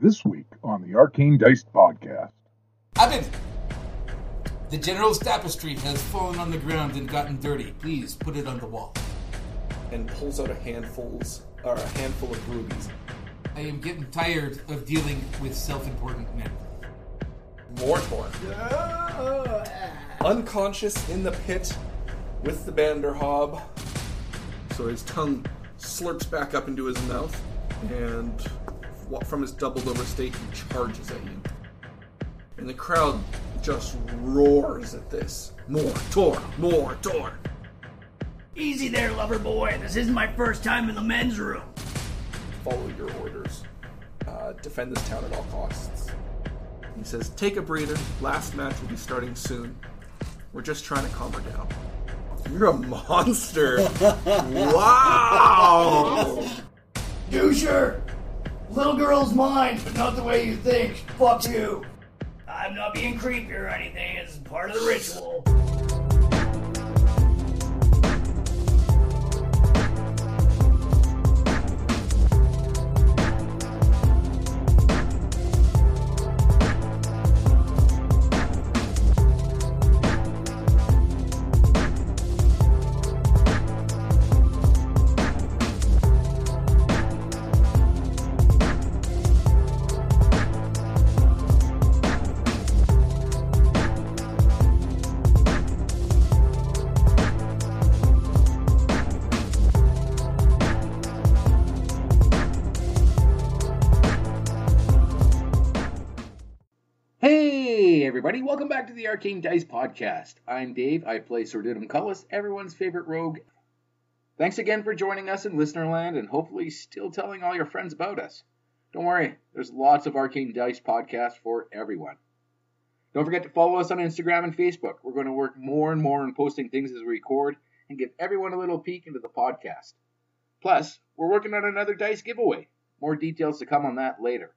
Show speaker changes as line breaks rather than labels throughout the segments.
This week on the Arcane Dice Podcast.
Abin! The general's tapestry has fallen on the ground and gotten dirty. Please put it on the wall.
and pulls out a handfuls or a handful of rubies.
I am getting tired of dealing with self-important men.
Mortor. Unconscious in the pit with the Banderhob. So his tongue slurps back up into his mouth, and wa- from his doubled over state, he charges at you. And the crowd just roars at this. Mortor! Mortor!
Easy there, lover boy. This isn't my first time in the men's room.
follow your orders. Uh, defend this town at all costs. He says, take a breather. Last match will be starting soon. We're just trying to calm her down. You're a monster. wow.
Doucher! Little girl's mine, but not the way you think. Fuck you. I'm not being creepy or anything. It's part of the ritual.
Hey, everybody, welcome back to the Arcane Dice Podcast. I'm Dave. I play Sordidum Cullis, everyone's favorite rogue. Thanks again for joining us in Listenerland and hopefully still telling all your friends about us. Don't worry, there's lots of Arcane Dice podcasts for everyone. Don't forget to follow us on Instagram and Facebook. We're going to work more and more on posting things as we record and give everyone a little peek into the podcast. Plus, we're working on another dice giveaway. More details to come on that later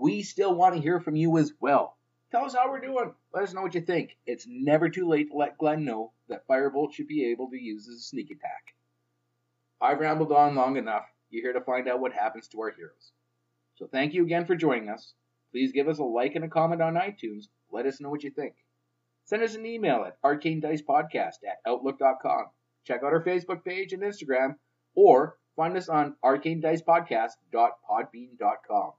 we still want to hear from you as well. Tell us how we're doing. Let us know what you think. It's never too late to let Glenn know that Firebolt should be able to use as a sneak attack. I've rambled on long enough. You're here to find out what happens to our heroes. So thank you again for joining us. Please give us a like and a comment on iTunes. Let us know what you think. Send us an email at arcanedicepodcast at outlook.com. Check out our Facebook page and Instagram, or find us on arcanedicepodcast.podbean.com.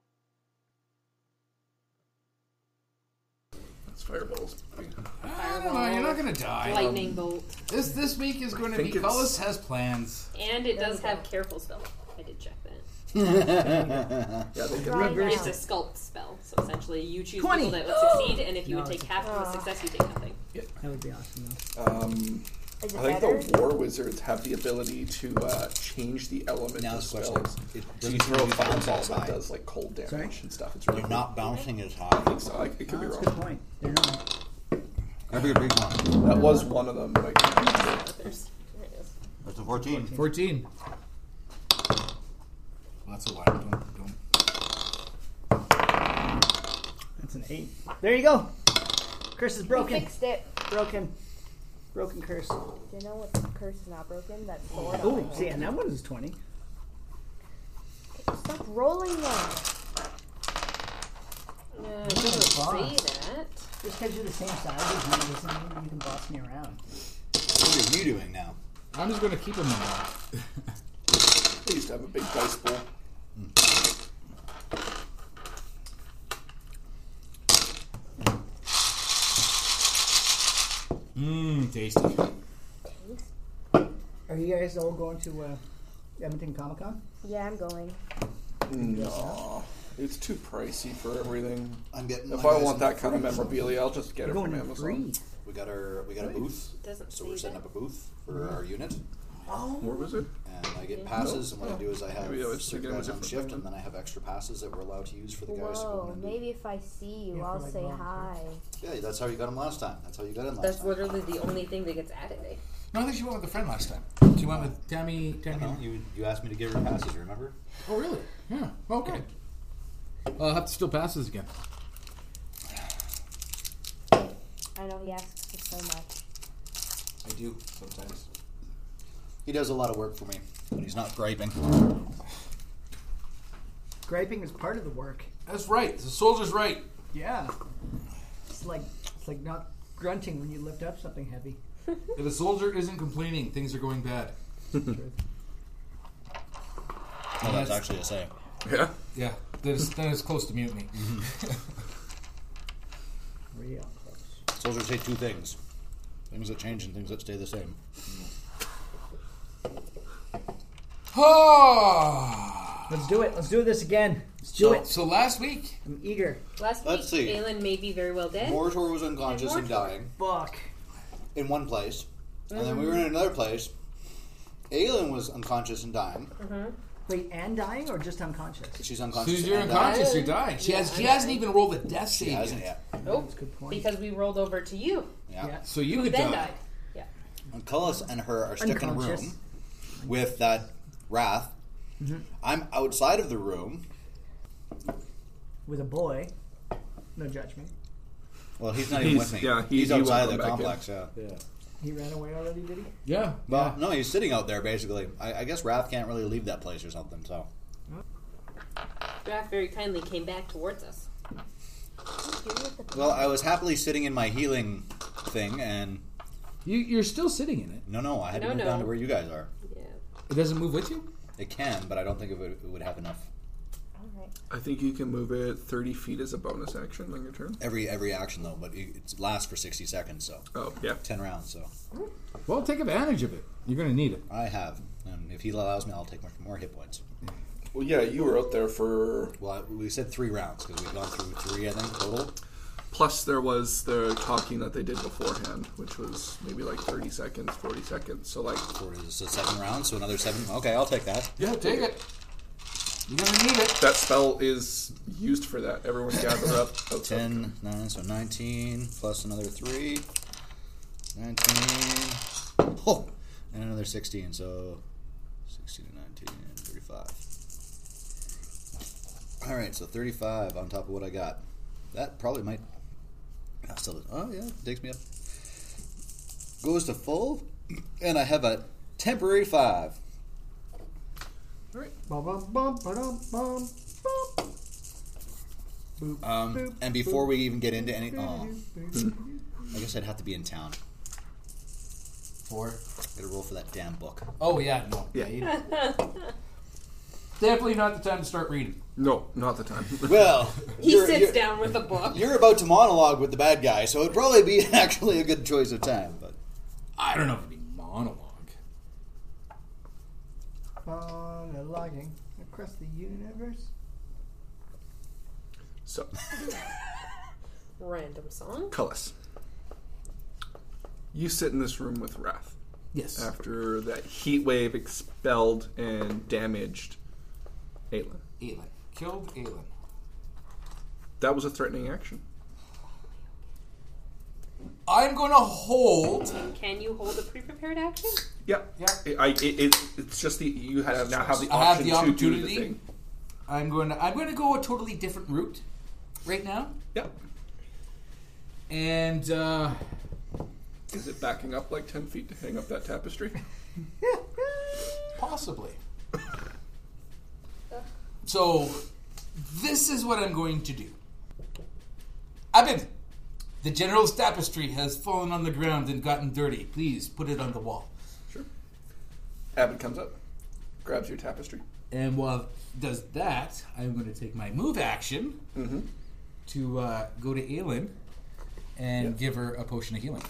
That's fireballs.
I don't know, you're not gonna die.
lightning bolt.
This this week is going to be
think it's-
Cullis has plans.
And it does have careful spell. I did check that.
Yeah, they hit
It's a sculpt spell, so essentially you choose people that would succeed, and if you would take half of the success, you take nothing.
Um,
Is it
I think
better?
the war wizards have the ability to uh, change the element
Now
of
it's a
spells.
question. It
So you
doesn't
throw a
need to be
fireball that
outside.
does like cold damage
Sorry?
and stuff. It's really
They're
cool.
not bouncing as
I
high.
think so. I, it could be wrong.
point. They're not.
Every big one.
That was one of them, but I can't remember.
That's a 14.
Fourteen. Well, that's a lie. Don't, don't.
That's an eight. There you go. Curse is broken.
Fixed it.
Broken. Broken curse.
Do you know what the curse is not broken? That sword.
Oh, see, and that one is twenty.
Stop rolling them.
Uh, it doesn't say that.
Just because you're the same size as me doesn't mean you can boss me around.
What are you doing now?
I'm just going to keep him alive.
They used to have a big dice bowl.
Mmm, tasty.
Are you guys all going to uh, Edmonton Comic Con?
Yeah, I'm going.
No, it's too pricey for everything.
I'm getting.
If
my
I
guys
want
in
that kind of
free.
memorabilia, I'll just get it from Amazon.
We got our we got a booth,
Doesn't
so we're
say
setting
that.
up a booth for our unit,
Where was it?
and I get passes. And what I do is I have
Maybe that was
certain
thinking it was
guys on
different.
shift, and then I have extra passes that we're allowed to use for the guys who
Whoa,
want to do.
maybe if I see you,
Yeah,
I'll
for like
say
long
hi.
Yeah, that's how you got them last time. That's how you got in last
That's
time.
literally the only thing that gets added. Eh?
No, I think she went with a friend last time. She went with Tammy. Tammy.
No, you you asked me to give her passes. Remember?
Oh, really? Yeah. Okay. Well, I'll have to still pass this again.
I know he asks for so much.
I do sometimes.
He does a lot of work for me, but he's not griping.
Scraping is part of the work.
That's right. The soldier's right.
Yeah. It's like it's like not grunting when you lift up something heavy.
If a soldier isn't complaining, things are going bad.
Oh, that's actually a say.
Yeah.
Yeah, that is, that is close to mutiny.
Real close.
Soldiers hate two things: things that change and things that stay the same.
Ah.
Let's do it. Let's do this again. Let's do it.
so last week,
I'm eager.
Last week,
Let's see.
Balin may be very well dead.
Moritor was unconscious and
Moritor.
dying
Fuck.
in one place, and then we were in another place. Aelin was unconscious and dying.
Wait, and dying or just unconscious?
She's
as
unconscious.
soon as you're
and
unconscious,
I-
you're dying. She has she
Yeah, I-
hasn't even rolled a death save
Dying.
yet.
Hasn't yet.
Oh,
That's a good point.
because we rolled over to you.
Yeah.
Yeah.
So you could
Then
die.
died.
And Cullis and her are stuck in a
Unconscious.
room with that wrath. I'm outside of the room.
With a boy. No judgment.
Well, he's not even
He's-
with me.
yeah, he-
he's
he won't
outside
come
of the
back in.
complex. Yeah.
He ran away already, did he?
Yeah.
Well, no, he's sitting out there basically. I, I guess Wrath can't really leave that place or something. So
Graf very kindly came back towards us.
Well, I was happily sitting in my healing thing, and
You you're still sitting in it.
no, no, I had
No,
to move
no.
down to where you guys are.
Yeah.
It doesn't move with you.
It can, but I don't think it would, it would have enough.
Alright.
I think you can move it 30 feet as a bonus action on your turn.
Every every action though, but it, it lasts for sixty seconds, so
Oh, yeah.
ten rounds. So
Well, take advantage of it. You're gonna need it.
I have, and if he allows me, I'll take much more hit points.
Well, yeah, you were out there for.
Well, I, we said three rounds because we've gone through three, I think, total.
Plus, there was the talking that they did beforehand, which was maybe like 30 seconds, 40 seconds. So, like,
Four is a seven rounds, so another seven. Okay, I'll take that.
Yeah, take it. You're gonna need it.
that spell is used for that. Everyone gather up. outside.
Ten, nine, so nineteen plus another three. Nineteen. Oh, and another sixteen, so sixteen to nineteen and thirty-five. All right, so thirty-five on top of what I got. That probably might. I still. Oh yeah, takes me up. Goes to full, and I have a temporary five.
Bum, bum, bum, ba-dum, bum, bum. Boop,
Um,
boop,
and before
boop,
we even get into any,
doo,
oh,
doo, doo, doo.
I guess I'd have to be in town.
Four.
Gotta roll for that damn book.
Oh yeah, no.
Yeah.
you- Definitely not the time to start reading.
No, not the time.
Well,
He
you're-
sits
you're-
down with a book.
You're about to monologue with the bad guy, so it'd probably be actually a good choice of time. But
I don't know if it'd be monologue.
Monologuing across the universe.
so,
Random song.
Cullis. You sit in this room with Wrath.
Yes.
after that heat wave expelled and damaged Aelin.
Aelin. Killed Aelin.
That was a threatening action.
I'm gonna hold.
Can you hold a pre-prepared action?
Yeah,
Yeah.
It, I, it, it, it's just the you have now have the
I have
option
the
to do the
opportunity.
thing.
I'm going to I'm going to go a totally different route right now.
Yeah.
And uh,
Is it backing up like ten feet to hang up that tapestry?
possibly. So this is what I'm going to do. Abin, the general's tapestry has fallen on the ground and gotten dirty. Please put it on the wall.
sure. Abbott comes up, grabs your tapestry.
And while he does that, I'm going to take my move action to uh, go to Aelin and give her a potion of healing.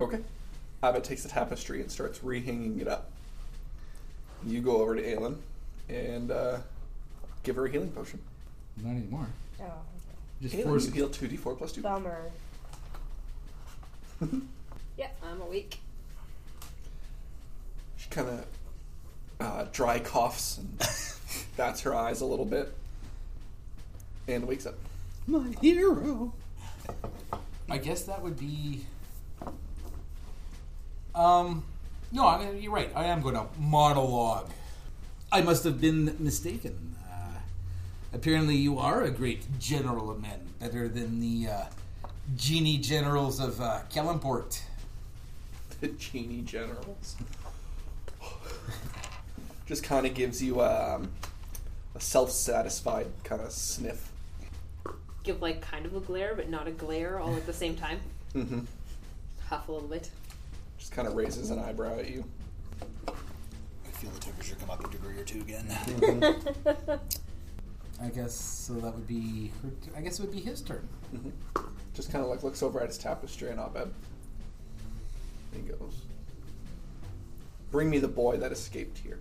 Okay. Abbott takes the tapestry and starts rehanging it up. You go over to Aelin and uh, give her a healing potion.
Not anymore.
Oh, okay.
Just
Aelin,
force
you heal two d four plus two.
bummer.
Yeah, I'm awake.
She kind of uh, dry coughs and bats her eyes a little bit and wakes up.
my hero.
I guess that would be. Um, no, I mean, you're right. I am going to monologue. I must have been mistaken. Uh, apparently, you are a great general of men, better than the uh, genie generals of uh, Kellenport.
The genie generals. Just kind of gives you um, a self-satisfied kind of sniff.
Give like kind of a glare, but not a glare all at the same time.
Mm-hmm.
Huff a little bit.
Just kind of raises an eyebrow at you.
I feel the temperature come up a degree or two again.
I guess so. That would be. Her, I guess it would be his turn.
hmm Just kind of like looks over at his tapestry and op-ed. He goes, "Bring me the boy that escaped here."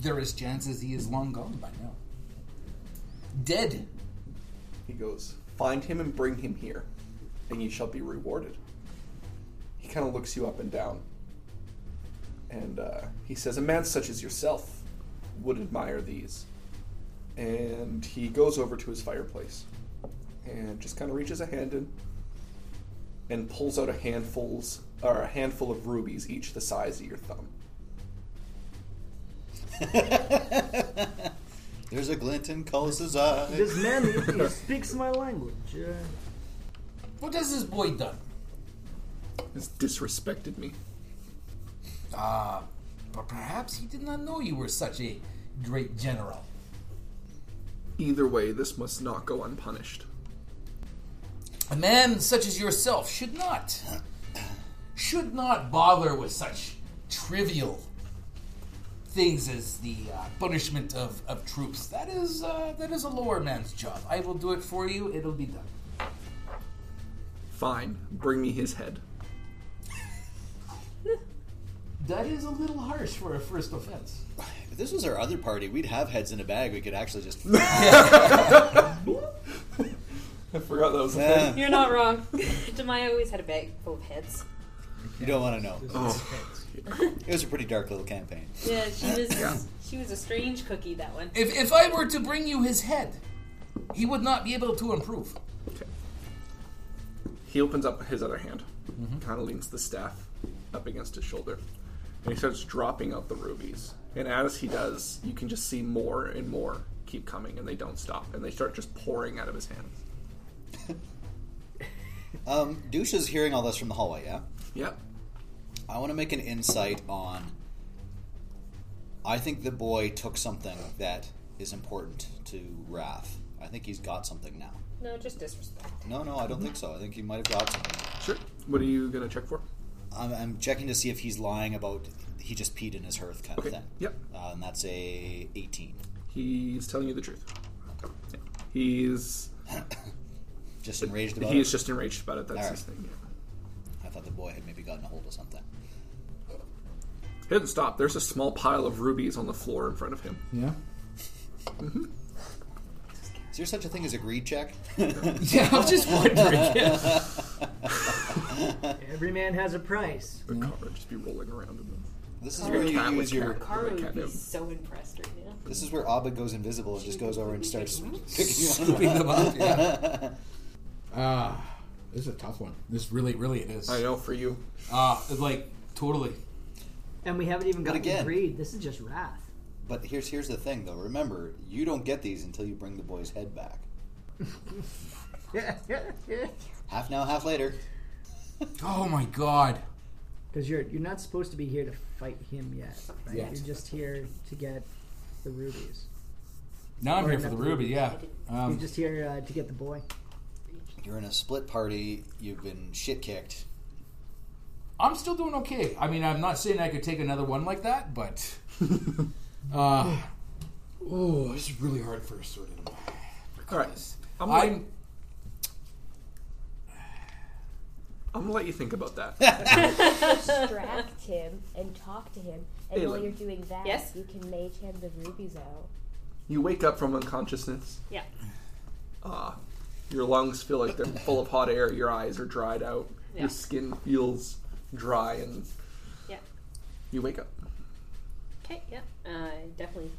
There is chances he is long gone by now. Dead.
He goes, "Find him and bring him here, and ye shall be rewarded." He kind of looks you up and down, and uh, he says, "A man such as yourself would admire these." And he goes over to his fireplace, and just kind of reaches a hand in, and pulls out a handfuls or a handful of rubies, each the size of your thumb.
There's a glint in Cullis's eye.
This man he, he speaks my language. Uh,
What has this boy done?
Has disrespected me.
Ah, but perhaps he did not know you were such a great general.
Either way, this must not go unpunished.
A man such as yourself should not, should not bother with such trivial things as the uh, punishment of, of troops. That is uh, that is a lower man's job. I will do it for you. It'll be done.
Fine, bring me his head.
That is a little harsh for a first offense.
If this was our other party, we'd have heads in a bag. We could actually just.
I forgot that was the
Yeah.
thing.
You're not wrong. Demaya always had a bag full of heads.
You don't want to know.
Oh.
It was a pretty dark little campaign.
Yeah, she was. She was a strange cookie. That one.
If if I were to bring you his head, he would not be able to improve.
Okay. He opens up his other hand, kind of leans the staff up against his shoulder, and he starts dropping out the rubies. And as he does, you can just see more and more keep coming, and they don't stop, and they start just pouring out of his hands.
Um, Douche is hearing all this from the hallway, yeah?
Yep.
I want to make an insight on. I think the boy took something that is important to Raph. I think he's got something now.
No, just disrespect.
No, no, I don't think so. I think he might have got something.
Sure. What are you gonna check for?
I'm, I'm checking to see if he's lying about he just peed in his hearth kind
Okay.
of thing.
Yep.
Uh, and that's a 18.
He's telling you the truth. Yeah. He's
Just enraged about
he is
it.
just enraged about it. That's
Alright.
his thing. Yeah.
I thought the boy had maybe gotten a hold of something.
He doesn't stop. There's a small pile of rubies on the floor in front of him.
Yeah.
Is there such a thing as a greed check?
Yeah, I was just wondering.
every man has a price.
The car would just be rolling around in them.
This is where you
Cat with
use your.
cat.
Kara
Like
would be
catnip.
so impressed right now.
This is where Abba goes invisible and just goes over and starts picking you
Scooping them up. Yeah.
Ah, this is a tough one.
This really, really, it is.
I know for you.
Ah, it's like totally.
And we haven't even got
again-
greed. This is just wrath.
But here's here's the thing though. Remember, you don't get these until you bring the boy's head back. Half now, half later.
Oh my god.
Because you're you're not supposed to be here to fight him yet. Right?
Yeah.
You're just here to get the rubies.
Now I'm
Or
here for the
nothing.
ruby. Yeah.
you're
Um,
just here uh, to get the boy.
You're in a split party. You've been shit kicked.
I'm still doing okay. I mean, I'm not saying I could take another one like that, but. Uh,
Oh, this is really hard for a sword animal.
All right. I'm gonna,
I'm.
I'm gonna let you think about that.
distract him and talk to him. And while
Aelin.
you're doing that,
Yes?
you can mage him the rubies out.
you wake up from unconsciousness.
Yeah.
Uh, your lungs feel like they're full of hot air. Your eyes are dried out.
Yeah.
Your skin feels dry, and
Yeah.
you wake up.
Okay. Yeah. Uh, I definitely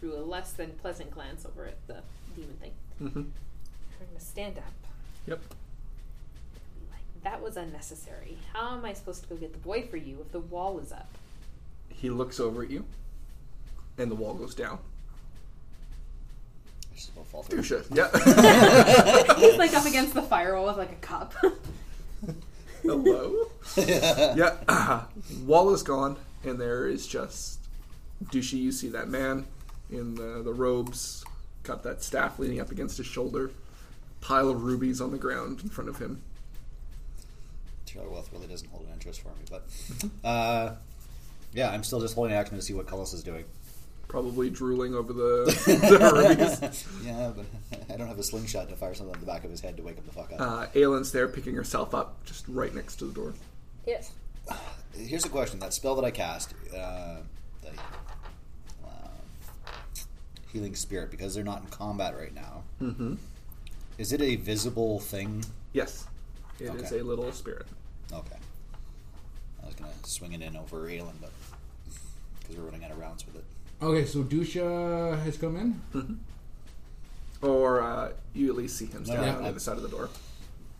threw a less than pleasant glance over at the demon thing.
Mm-hmm.
I'm gonna stand up.
Yep.
Like that was unnecessary. How am I supposed to go get the boy for you if the wall is up?
He looks over at you, and the wall goes down.
I just about fall
You
through.
should. Yeah. Hello.
It's like up against the firewall with like a cup.
yeah. wall is gone, and there is just douchey. You see that man in the, the robes, got that staff leaning up against his shoulder, pile of rubies on the ground in front of him.
Taylor Wealth really doesn't hold an interest for me, but uh, yeah, I'm still just holding action to see what Cullis is doing.
Probably drooling over the, the rubies.
yeah, but I don't have a slingshot to fire something on the back of his head to wake him the fuck up.
Uh, Aylin's there picking herself up, just right next to the door.
Yes.
Here's a question: that spell that I cast, uh, the um, healing spirit, because they're not in combat right now,
Mm-hmm.
is it a visible thing?
Yes, it is
Okay.
a little spirit.
Okay. I was gonna swing it in over Aelin, but because we're running out of rounds with it.
Okay, so Dusha has come in.
Or uh, you at least see him standing
Yeah.
on the other side of the door.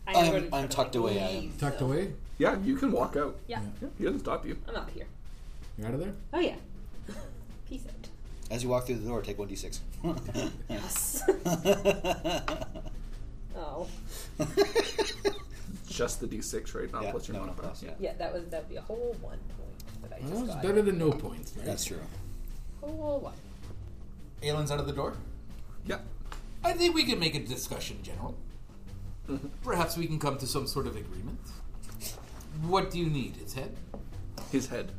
I never did
I'm tucked away. I am.
Tucked away.
Yeah, you can walk out.
Yeah.
He doesn't stop you.
I'm out here.
You're out of there.
Oh yeah. Peace out.
As you walk through the door, take one d6.
Yes. oh.
Just the d6, right? Not
Yeah,
plus your
no, no
modifier.
plus, yeah.
Yeah, that was that'd be a whole one point that I
Well,
just
it's
got.
better than no points. Right?
That's true.
Whole one.
Aelin's out of the door.
Yeah.
I think we can make a discussion, General. Perhaps we can come to some sort of agreement. What do you need? His head?
His head.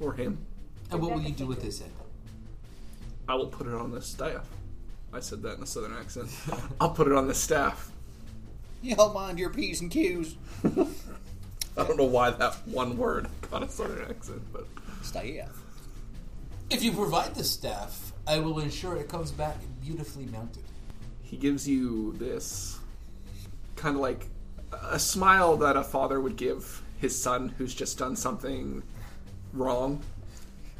Or him.
And what will you do with his head?
I will put it on the staff. I said that in a southern accent. I'll put it on the staff.
Y'all mind your p's and q's.
I don't know why that one word got a southern accent, but
Staff.
If you provide the staff, I will ensure it comes back beautifully mounted.
he gives you this kind of like a smile that a father would give his son who's just done something wrong.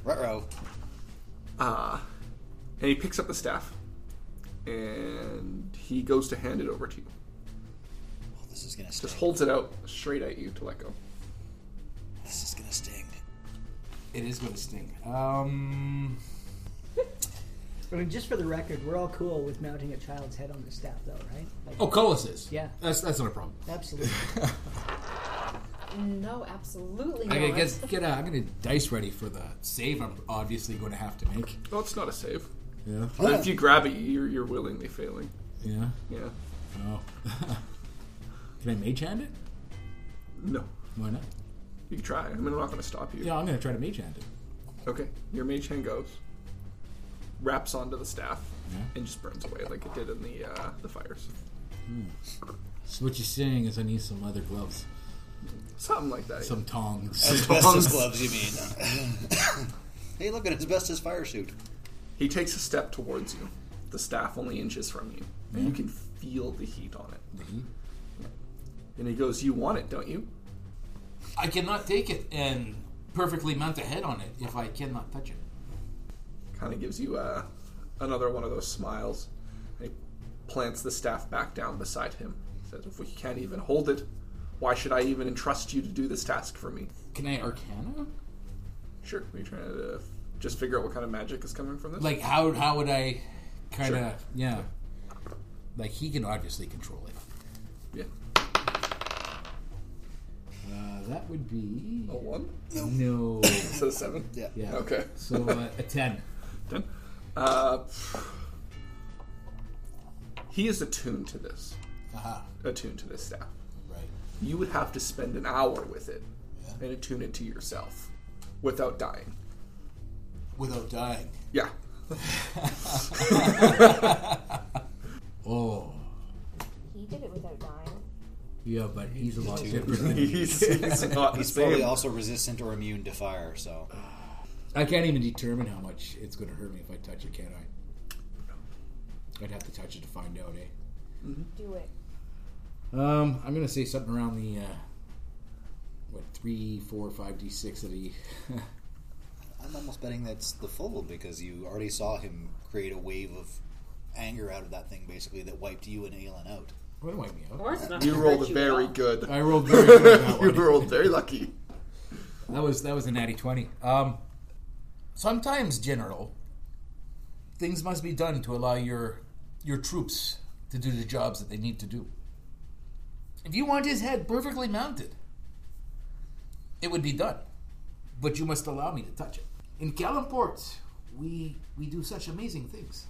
Ruh-roh.
Uh, and he picks up the staff and he goes to hand it over to you.
Oh, this is gonna sting.
Just holds it out straight at you to let go.
This is gonna sting.
It is going to sting. Um,
I mean, just for the record, we're all cool with mounting a child's head on the staff, though, right? Like,
oh, Cullis is.
Yeah.
That's, that's not a problem.
Absolutely.
No, absolutely not.
Okay, guess, get i am I'm going to dice ready for the save I'm obviously going to have to make.
No, it's not a save.
Yeah.
But if you grab it, you're, you're willingly failing.
Yeah.
Yeah.
Oh. Can I mage hand it?
No.
Why not?
You can try. I mean, I'm not going to stop you.
Yeah, I'm gonna try to mage hand it.
Okay. Your mage hand goes, wraps onto the staff,
Yeah.
and just burns away like it did in the uh, the fires.
So what you're saying is I need some leather gloves,
Something like that.
some tongs.
Asbestos gloves, you mean? hey, look at asbestos fire suit.
He takes a step towards you. The staff only inches from you, and
Mm-hmm.
you can feel the heat on it. And he goes, "You want it, don't you?"
I cannot take it and perfectly mount a head on it if I cannot touch it.
Kind of gives you uh, another one of those smiles. And he plants the staff back down beside him. Says, "If we can't even hold it, why should I even entrust you to do this task for me?"
Can I Arcana?
Sure. Are you trying to uh, just figure out what kind of magic is coming from this?
Like how how would I kind of yeah? Like he can obviously control it.
yeah.
Uh, that would be
A one
no.
instead of seven.
Yeah.
Yeah.
Okay.
So uh, a ten.
Ten. Uh, he is attuned to this.
Aha.
Attuned to this staff.
Right.
You would have to spend an hour with it and attune it to yourself without dying.
Without dying.
Yeah.
Oh.
He did it without dying.
Yeah, but he's a lot different. Than
He's, he's not the
He's probably
same.
also resistant or immune to fire, so
I can't even determine how much it's going to hurt me if I touch it, can I? I'd have to touch it to find out, eh?
Do it.
Um, I'm going to say something around the, uh, what, 3, 4, 5, d6 of the.
I'm almost betting that's the full because you already saw him create a wave of anger out of that thing, basically that wiped you and Aelin out.
what do I mean?
Or it's not
You
gonna
rolled
hurt you at
very
all.
good.
I rolled very good on that
You
one.
rolled very lucky.
That was that was an natty twenty. Um, sometimes, general, things must be done to allow your your troops to do the jobs that they need to do. If you want his head perfectly mounted, it would be done, but you must allow me to touch it. In Calumport, we we do such amazing things.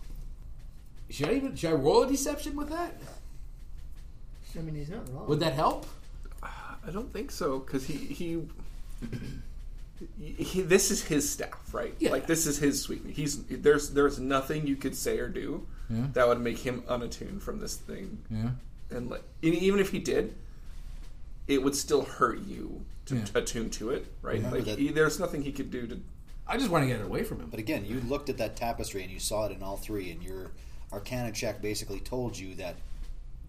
Should I even should I roll a deception with that?
I mean, he's not wrong.
Would that help?
I don't think so because he he, he this is his staff, right?
Yeah.
Like this is his sweetener. He's there's there's nothing you could say or do
Yeah.
that would make him unattuned from this thing.
Yeah.
And like, and even if he did, it would still hurt you to
Yeah.
attune to it, right?
Yeah,
like
that-
he, there's nothing he could do to.
I just want to get it away from him.
But again, you looked at that tapestry and you saw it in all three, and your Arcana check basically told you that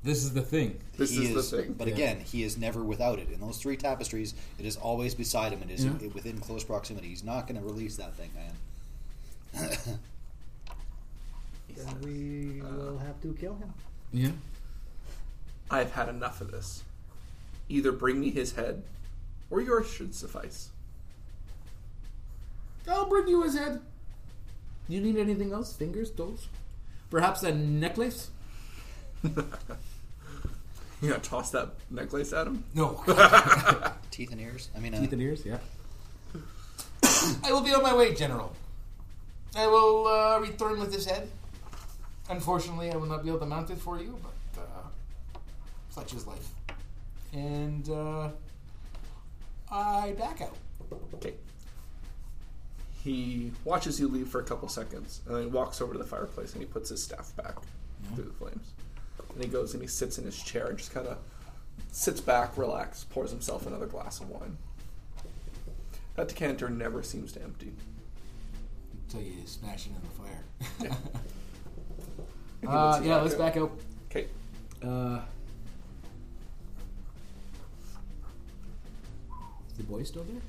This is the thing.
This
he
is the thing.
But
Yeah.
again, he is never without it. In those three tapestries, it is always beside him. It is
Yeah.
i- within close proximity. He's not going to release that thing, man.
Then we will have to kill him.
Yeah.
I've had enough of this. Either bring me his head, or yours should suffice.
I'll bring you his head. You need anything else? Fingers, toes? Perhaps a necklace?
You gonna toss that necklace at him?
No.
Teeth and ears. I mean, uh,
Teeth and ears, yeah. I will be on my way, General. I will uh, return with his head. Unfortunately, I will not be able to mount it for you, but uh, such is life. And uh, I back out.
Okay. He watches you leave for a couple seconds, and then he walks over to the fireplace and he puts his staff back through the flames. And he goes and he sits in his chair and just kind of sits back, relaxed, pours himself another glass of wine. That decanter never seems to empty.
Until you smash it in the fire.
He lets
uh,
you
yeah,
back
let's
out.
back out.
Okay.
Uh, is the boy still there?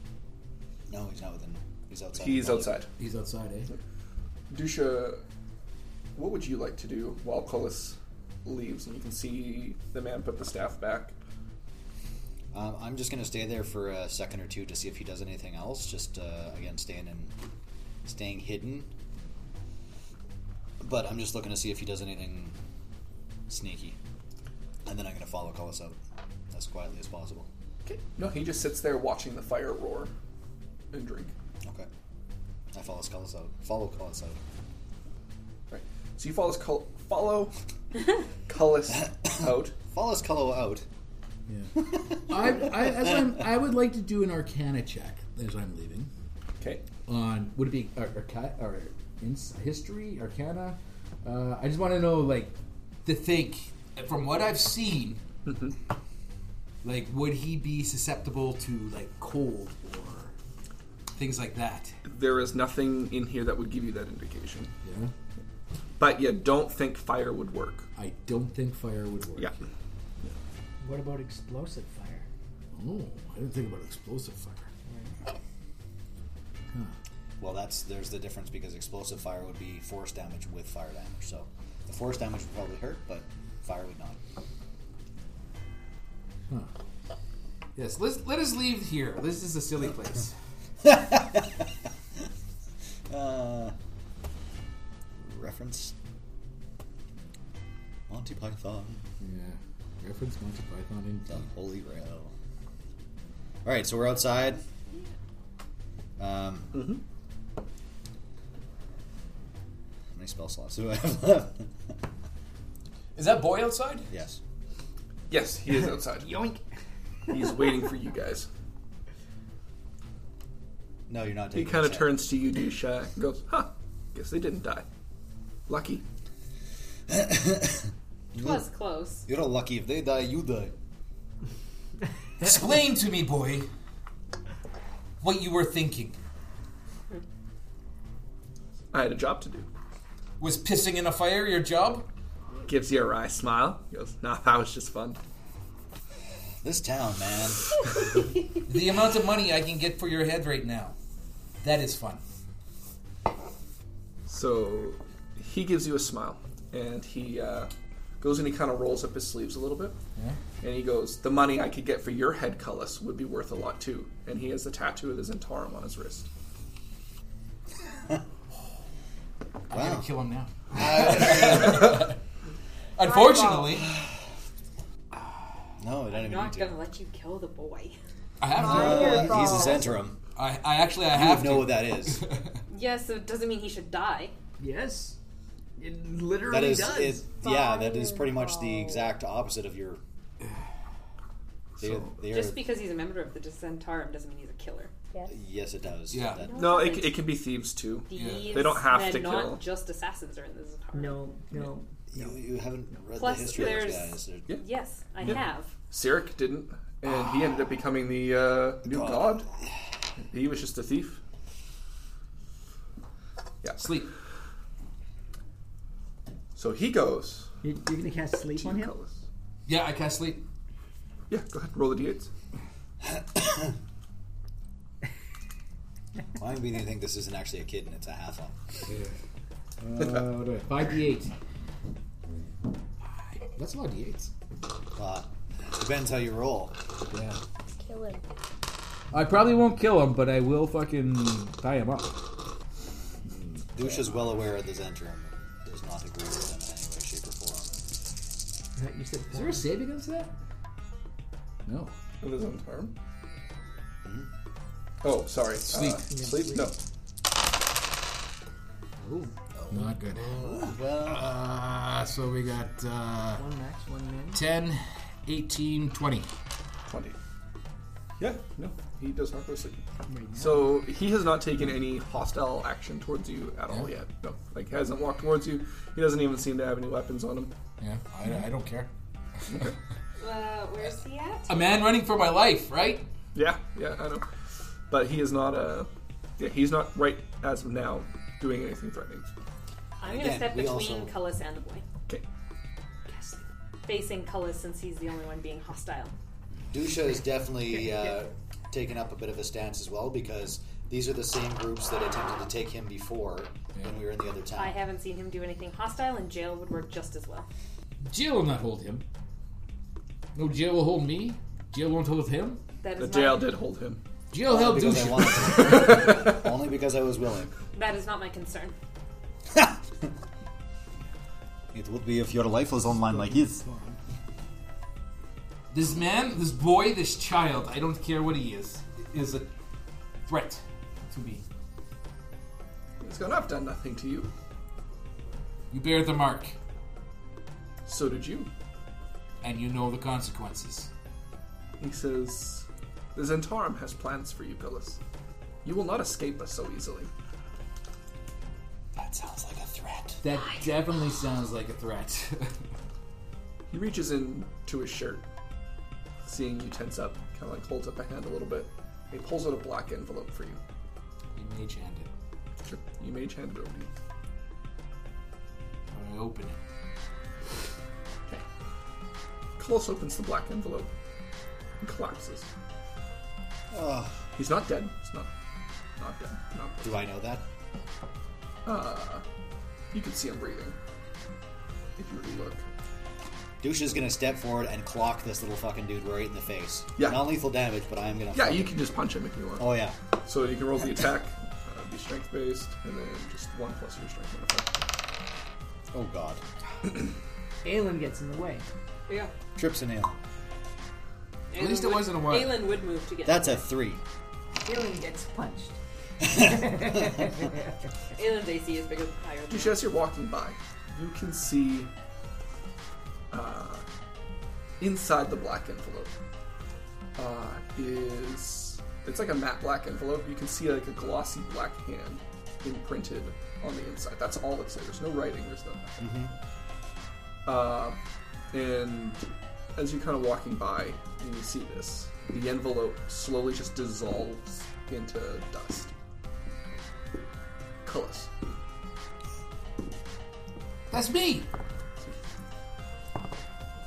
no, he's not within. He's outside.
He's outside.
He's outside, eh?
Dusha, what would you like to do while Colas leaves? And you can see the man put the staff back.
Um, I'm just going to stay there for a second or two to see if he does anything else. Just uh, again, staying in, staying hidden. But I'm just looking to see if he does anything sneaky, and then I'm going to follow Cullis out as quietly as possible.
Okay. No, he just sits there watching the fire roar and drink.
Okay. I follow Cullis out. Follow Cullis out.
Right. So you follow col- follow Cullis out.
Follow Cullo out.
I, I, as I'm, I would like to do an Arcana check as I'm leaving.
Okay.
On would it be ar- arca- or ins- history, Arcana? Uh, I just want to know, like, to think from what I've seen, like, would he be susceptible to like cold or things like that?
There is nothing in here that would give you that indication.
Yeah,
But you don't think fire would work.
I don't think fire would work.
Yeah.
What about explosive fire?
Oh, I didn't think about explosive fire.
Well, that's there's the difference because explosive fire would be force damage with fire damage. So the force damage would probably hurt, but fire would not.
Yes, let let us leave here. This is a silly place.
Uh, reference Monty Python,
Yeah, reference Monty Python in
the Holy Grail. All right, so we're outside. Um,
Mm-hmm.
How many spell slots do I have left?
Is that boy outside?
yes.
Yes, he is outside.
Yoink.
He's waiting for you guys.
No, you're not.
He
Taking
kind of
this out.
turns to you, Dusha, and goes, "Huh? Guess they didn't die. Lucky."
Was close.
You're not lucky. If they die, you die.
Explain to me, boy, what you were thinking.
I had a job to do.
Was pissing in a fire your job?
Gives you a wry smile. He goes, "Nah, that was just fun."
This town, man.
The amount of money I can get for your head right now. That is fun.
So he gives you a smile, and he uh, goes and he kind of rolls up his sleeves a little bit, and he goes, "The money I could get for your head, Cullis, would be worth a lot too." And he has a tattoo of the Zentarum on his wrist.
I gotta kill him now. Unfortunately,
Unfortunately,
No, I don't even need
not
to.
gonna let you kill the boy.
I have to.
Uh, he's a Zentrum.
I, I actually I
You
have
would
to.
know what that is.
Yes, so it doesn't mean he should die.
Yes. It literally
That is,
does.
it, yeah, that is pretty much the exact opposite of your. They, they
Just
are-
because he's a member of the Dissentarum doesn't mean he's a killer.
Yes.
yes, it does.
Yeah.
That-
No, it, it can be thieves too.
Thieves
They don't have
and
to
not
kill.
just assassins are in the Dissentarum.
No, no.
You, you haven't read
Plus,
the history of those
there's-
guys. They're-
Yes, I
Yeah.
have.
Sirik didn't, and he ended up becoming the uh, new god. He was just a thief. Yeah.
Sleep.
So he goes.
You're, you're going to cast sleep on him?
Yeah, I cast sleep.
Yeah, go ahead. Roll the d8s.
Why do you think this isn't actually a kid and it's a half on?
Uh, what do I- Five d8.
That's a lot of d8s.
Depends how you roll.
Yeah.
Kill him.
I probably won't kill him, but I will fucking tie him up.
Douche is well aware of the Zentrum and does not agree with them in any way, shape, or form.
You said
Is there a save against that? No.
With his own term. Oh, sorry. Sleep. sleep? No.
Oh, Not good. Oh,
Well,
Uh, so we got uh,
one max, one min.
10, 18, 20.
20. Yeah, no. He does not go to sleep. So he has not taken any hostile action towards you at all yet. No. Like, hasn't walked towards you. He doesn't even seem to have any weapons on him.
Yeah, I, I don't care.
Uh, where's he at?
A man running for my life, right?
Yeah, yeah, I know. But he is not, uh. Yeah, he's not right as of now doing anything threatening.
I'm gonna
Again,
step
we
between
also-
Cullis and the boy.
Okay.
Cast sleep. Facing Cullis since he's the only one being hostile.
Dusha is definitely uh, taken up a bit of a stance as well because these are the same groups that attempted to take him before when we were in the other
I
town.
haven't seen him do anything hostile, and jail would work just as well.
Jail will not hold him. No jail will hold me. Jail won't hold him.
That is
The
not,
jail did hold him.
Jail held
Because I
Dusha.
wanted to. Only because I was willing.
That is not my concern.
It would be if your life was online like his.
This man, this boy, this child, I don't care what he is, is a threat to me.
He's gone, I've done nothing to you.
You bear the mark,
So did you.
and you know the consequences.
He says, The Zentarum has plans for you, Pillis. You will not escape us so easily.
That sounds like a threat.
That definitely sounds like a threat.
He reaches into his shirt, seeing you tense up, kind of like holds up a hand a little bit. He pulls out a black envelope for you.
you mage hand it.
You mage hand it over to you.
I open it.
Colossus opens the black envelope and collapses.
Oh,
He's not dead. He's not, not dead. Not dead.
do I know that?
You can see him breathing. If you were to look.
Dusha is going to step forward and clock this little fucking dude right in the face.
Yeah.
Non lethal damage, but I am going to.
Yeah, you can just punch him if you want.
Oh, yeah.
So you can roll the attack, uh, be strength based, and then just one plus your strength modifier.
Oh, God.
Aelin gets in the way.
Yeah.
Trips and nail.
At
least it wasn't a one.
Aelin would move to get
That's a three.
Aelin gets punched.
Aelin's AC is bigger higher than
Just as you're walking by, you can see uh, inside the black envelope uh, is it's like a matte black envelope. You can see like a glossy black hand imprinted on the inside. That's all it's there. There's no writing. There's no nothing. Uh, and as you're kind of walking by and you see this, the envelope slowly just dissolves into dust. Cullis.
That's me!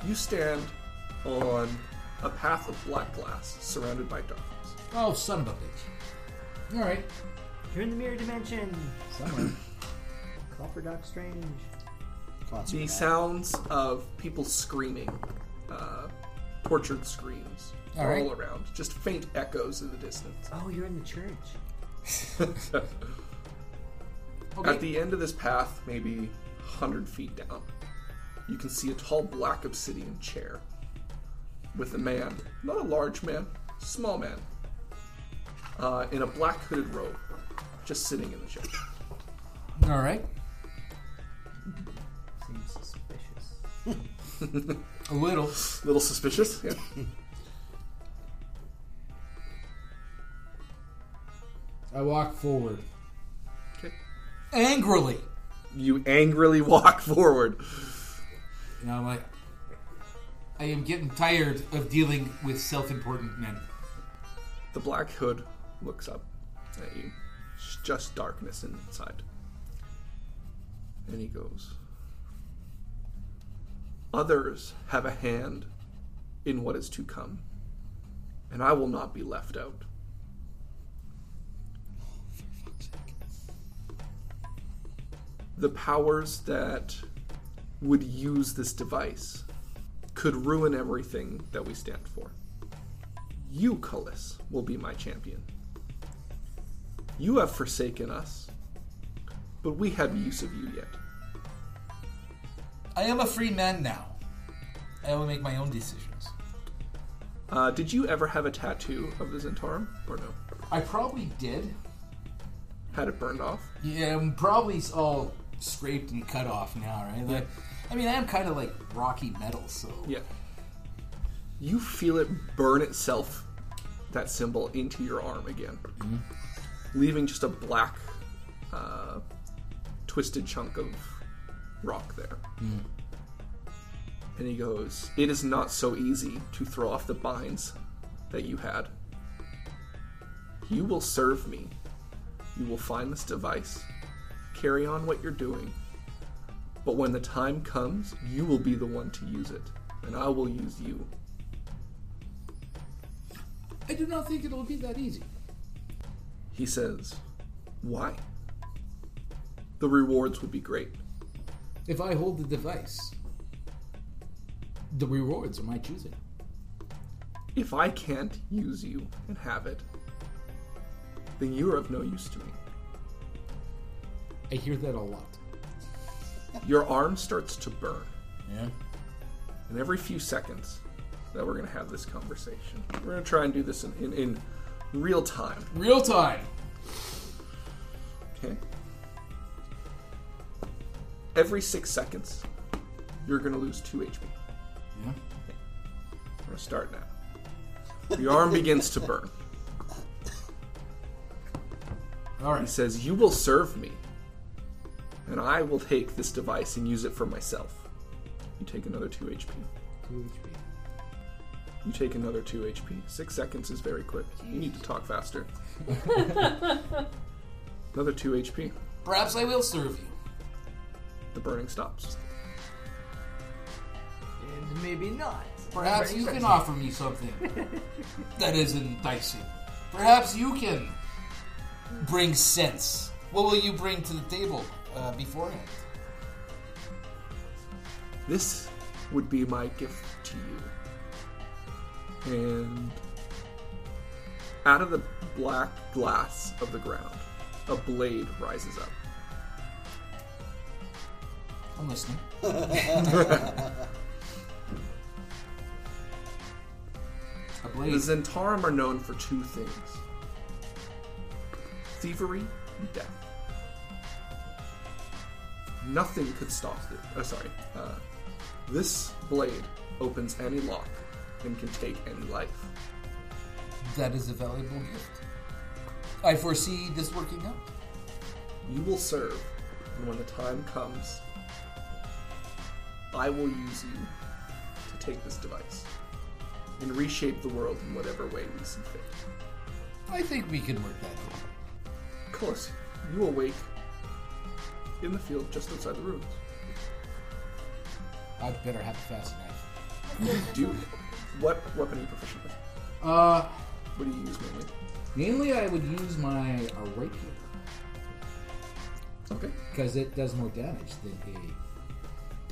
You stand on a path of black glass surrounded by darkness.
Oh, son of a bitch. Alright.
You're in the mirror dimension. Call for Doc Strange.
Come on,
The
Superman.
sounds of people screaming, uh, tortured screams,
All
are
right.
all around. Just faint echoes in the distance.
Oh, you're in the church.
Okay.
At the end of this path, maybe 100 feet down, you can see a tall black obsidian chair with a man, not a large man, small man, uh, in a black hooded robe, just sitting in the chair.
All right.
Seems suspicious.
A little.
little suspicious. Yeah.
I walk forward.
Okay.
Angrily.
You angrily walk forward.
You know, I'm like, I am getting tired of dealing with self important men.
The black hood looks up at you. It's just darkness inside. And he goes, Others have a hand in what is to come, and I will not be left out. The powers that would use this device could ruin everything that we stand for. You, Cullis, will be my champion. You have forsaken us, but we have use of you yet.
I am a free man now. I will make my own decisions.
Uh, did you ever have a tattoo of the Zentarum, or no?
I probably did.
Had it burned off?
Yeah, I'm probably all scraped and cut off now, right? Like, I mean, I am kind of like rocky metal, so
Yeah. You feel it burn itself, that symbol, into your arm again, leaving just a black, uh, twisted chunk of rock there. And he goes, It is not so easy to throw off the binds that you had. You will serve me. You will find this device. Carry on what you're doing. But when the time comes, you will be the one to use it, and I will use you.
I do not think it'll be that easy.
He says, Why? The rewards would be great.
If I hold the device, the rewards are my choosing.
If I can't use you and have it, then you are of no use to me.
I hear that a lot.
Your arm starts to burn,
Yeah.
and every few seconds that we're going to have this conversation, we're going to try and do this in, in, in real time.
Real time.
Okay. Every six seconds, you're going to lose two HP.
Yeah.
We're going to start now. Your arm begins to burn.
All
He
right.
says, You will serve me, and I will take this device and use it for myself. You take another 2 HP.
Two HP.
You take another 2 HP. Six seconds is very quick. You need to talk faster. another 2 HP.
Perhaps I will serve you.
The burning stops.
And maybe not.
Perhaps you can offer me something that is enticing. Perhaps you can bring sense. What will you bring to the table uh, beforehand?
This would be my gift to you. And out of the black glass of the ground, a blade rises up.
I'm listening. A
The
blade.
Zentarum are known for two things thievery and death. Nothing could stop it. Oh, sorry. Uh, this blade opens any lock and can take any life.
That is a valuable gift. I foresee this working out.
You will serve, and when the time comes, I will use you to take this device and reshape the world in whatever way we see fit.
I think we can work that out.
Of course, you awake in the field just outside the ruins.
I better have a fast knife.
Do what weapon are you proficient with?
Uh,
What do you use mainly?
mainly I would use my uh, rapier
Okay.
because it does more damage than a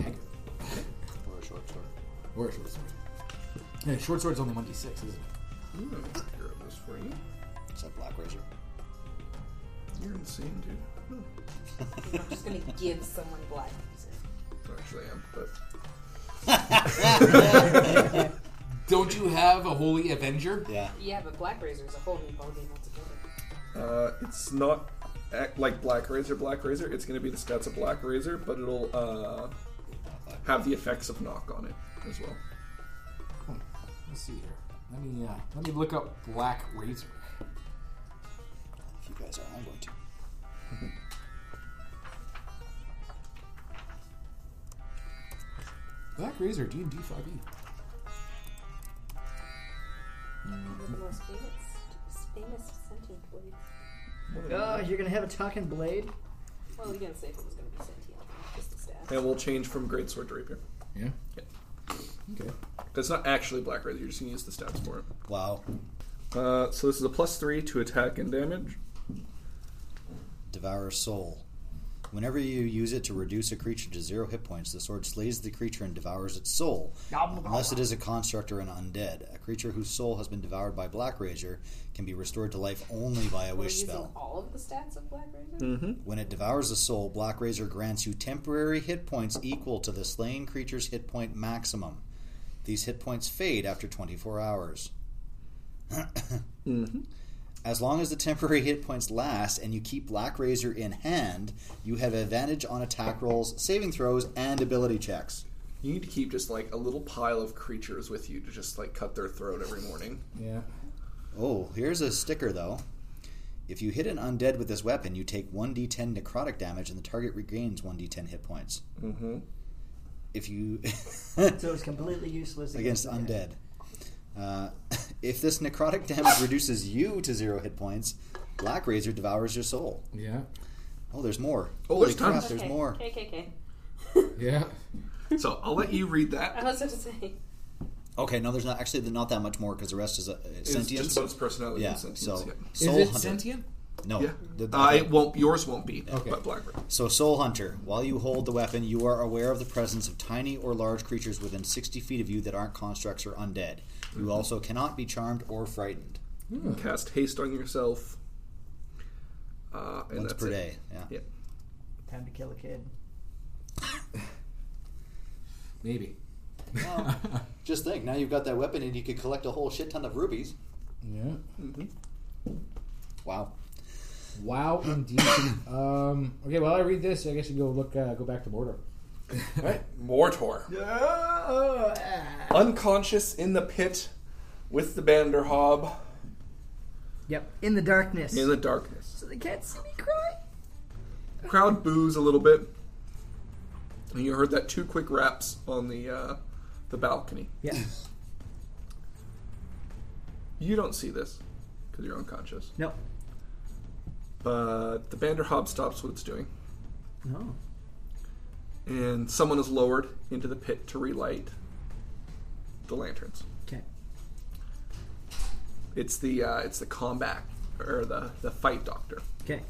dagger
Or a short sword.
or a short sword. Yeah, short sword's only one d six, isn't it?
Ooh, here it was for you.
It's that black razor.
You're insane, dude. No,
I'm just gonna give someone black music.
I actually am, but
Don't you have a holy avenger?
Yeah.
Yeah, but black razor is a whole new ballgame altogether.
uh, it's not act like Black Razor, Black Razor, it's going to be the stats of Black Razor, but it'll uh, have the effects of Knock on it as well.
Let's see here. Let me uh, let me look up Black Razor.
If you guys are, I'm going to.
Black Razor D and D five E.
the most famous, famous sentient blade.
Oh, you're gonna have a talking blade.
Well, we didn't say if it was going to be sentient. Just a stat.
And we'll change from Great Sword to Rapier.
Yeah.
Okay. That's not actually Black Razor, you're just going to use the stats for it.
Wow.
Uh, so this is a plus three to attack and damage.
Devour Soul. Whenever you use it to reduce a creature to zero hit points, the sword slays the creature and devours its soul. Unless it is a construct or an undead. A creature whose soul has been devoured by Black Razor can be restored to life only by a
We're
wish
using
spell.
all of the stats of Black Razor?
When it devours a soul, Black Razor grants you temporary hit points equal to the slain creature's hit point maximum. These hit points fade after 24 hours. As long as the temporary hit points last and you keep Black Razor in hand, you have advantage on attack rolls, saving throws, and ability checks.
You need to keep just like a little pile of creatures with you to just like cut their throat every morning.
Yeah.
Oh, here's a sticker though. If you hit an undead with this weapon, you take 1d10 necrotic damage and the target regains 1d10 hit points.
Mm-hmm.
If you
So it's completely useless
against undead. Uh, if this necrotic damage reduces you to zero hit points, Black Razor devours your soul.
Yeah.
Oh, there's more.
Oh,
Holy
there's tons.
crap, there's
okay.
more.
Okay, okay, okay.
Yeah.
So I'll let you read that.
I was going to say.
Okay, no, there's not actually not that much more because the rest is uh, sentient.
just about its personality
Yeah,
and sentience,
so oh,
yeah.
Is
soul
it
hunter.
sentient?
No,
Yeah.
The- the-
Uh, it won't. Yours won't be.
Okay.
But Black Razor.
So, Soul Hunter, while you hold the weapon, you are aware of the presence of tiny or large creatures within 60 feet of you that aren't constructs or undead. You also cannot be charmed or frightened
Cast haste on yourself. Uh, and
once
that's
per
it.
day. Yeah.
Yeah.
Time to kill a kid.
Maybe.
Just think, now you've got that weapon and you could collect a whole shit ton of rubies.
Yeah.
Wow.
Wow, indeed. um, okay, while I read this, I guess you go look, uh, go back to Mordor.
Mortor.
Uh,
Oh, ah.
Unconscious in the pit with the Banderhob
Yep. In the darkness.
in the darkness.
so they can't see me cry.
Crowd boos a little bit. And you heard that two quick raps on the uh, the balcony.
Yeah.
You don't see this because you're unconscious.
No.
But the Banderhob stops what it's doing.
No.
and someone is lowered into the pit to relight the lanterns.
Okay.
It's the uh, it's the combat or the the fight doctor.
Okay.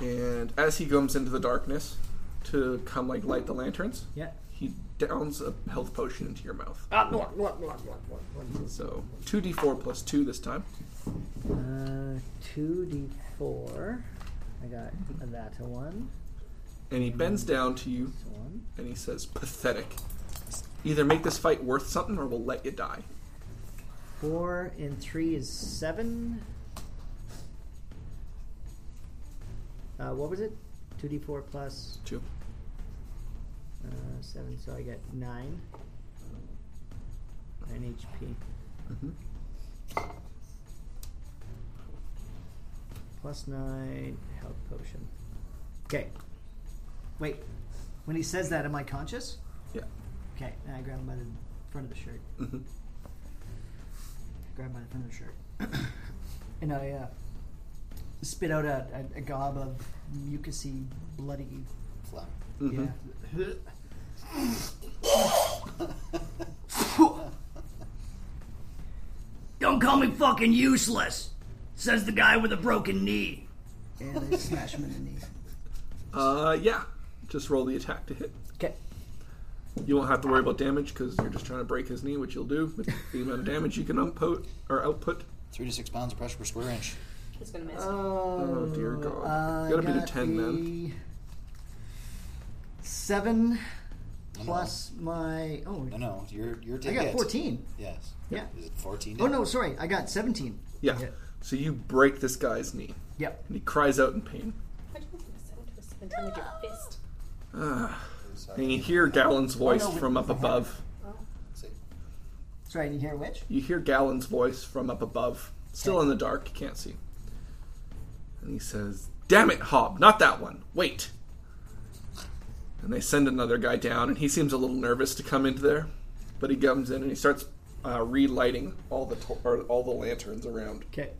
And as he comes into the darkness to come like light the lanterns,
Yeah.
he downs a health potion into your mouth.
Ah,
So two d four plus two this time.
Uh, two d four. I got that a one.
And he bends down to you
That's a one.
and he says, "Pathetic. Either make this fight worth something, or we'll let you die."
Four and three is seven. Uh, what was it? Two d four plus
Two.
uh, seven, so I get nine. Nine HP. Plus nine health potion. Okay. Wait. When he says that, am I conscious?
Yeah.
Okay, and I grab him by the front of the shirt.
Mhm.
Grab him by the front of the shirt. and I uh, spit out a, a, a gob of mucousy, bloody.
Flap.
Mm-hmm.
Yeah.
Don't call me fucking useless, says the guy with a broken knee.
and I smash him in the knee.
Uh, yeah. Just roll the attack to hit.
Okay.
You won't have to worry about damage because you're just trying to break his knee, which you'll do with the amount of damage you can output or output.
Three to six pounds of pressure per square inch.
He's going to miss.
Oh,
dear God.
I
Gotta be the
got
10 then.
the Seven plus my oh,
No, no, you're you're
I
taking
got fourteen.
Yes.
Yeah.
Is it 14?
Oh no, sorry, I got seventeen.
Yeah.
Okay.
So you break this guy's knee.
Yep.
And he cries out in pain.
Why'd you make a sound to us until with your fist?
Ah. And you hear Gallon's voice
Oh, no, we-
from up above.
Sorry, you hear which?
You hear Gallon's voice from up above. Still in the dark, you can't see. And he says, Damn it, Hob, not that one. Wait. And they send another guy down, and he seems a little nervous to come into there. But he comes in and he starts uh, relighting all the tor- or all the lanterns around.
Okay.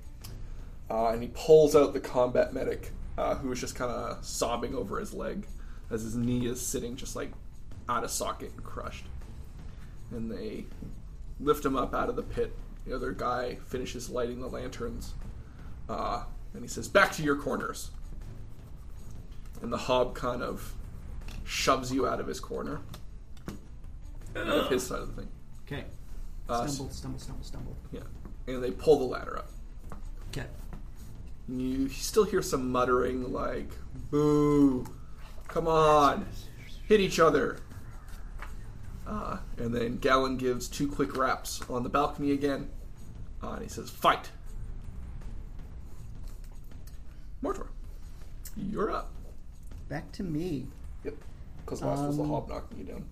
Uh, and he pulls out the combat medic, uh, who is just kind of sobbing over his leg, as his knee is sitting just like out of socket and crushed. And they lift him up out of the pit. The other guy finishes lighting the lanterns, uh, and he says, "Back to your corners." And the hob kind of shoves you out of his corner, out of his side of the thing.
Okay.
Uh,
stumble, stumble, stumble, stumble.
Yeah, and they pull the ladder up.
Okay.
You still hear some muttering like, boo, come on, hit each other. Uh, and then Gallon gives two quick raps on the balcony again, uh, and he says, fight. Mortor, you're up.
Back to me.
Yep, because last was the
Um,
hob knocking you down.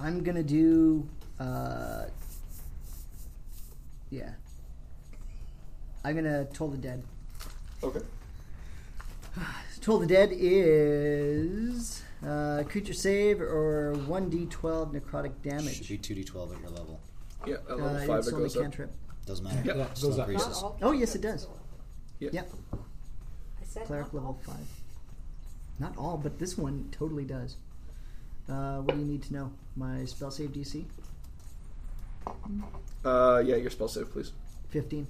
I'm gonna do. Uh, yeah. I'm gonna toll the dead.
Okay.
Toll the dead is uh, creature save or one d12 necrotic damage.
Should be 2d12 at your level.
Yeah, at level
Uh,
five
it's
it
only
goes up.
cantrip.
Doesn't matter.
Yep. Yeah,
Just
goes up.
increases.
Not all
Oh yes, it does.
Yep.
I said
Cleric level five. Not all, but this one totally does. Uh, what do you need to know? My spell save DC
Uh, yeah, your spell save, please.
15.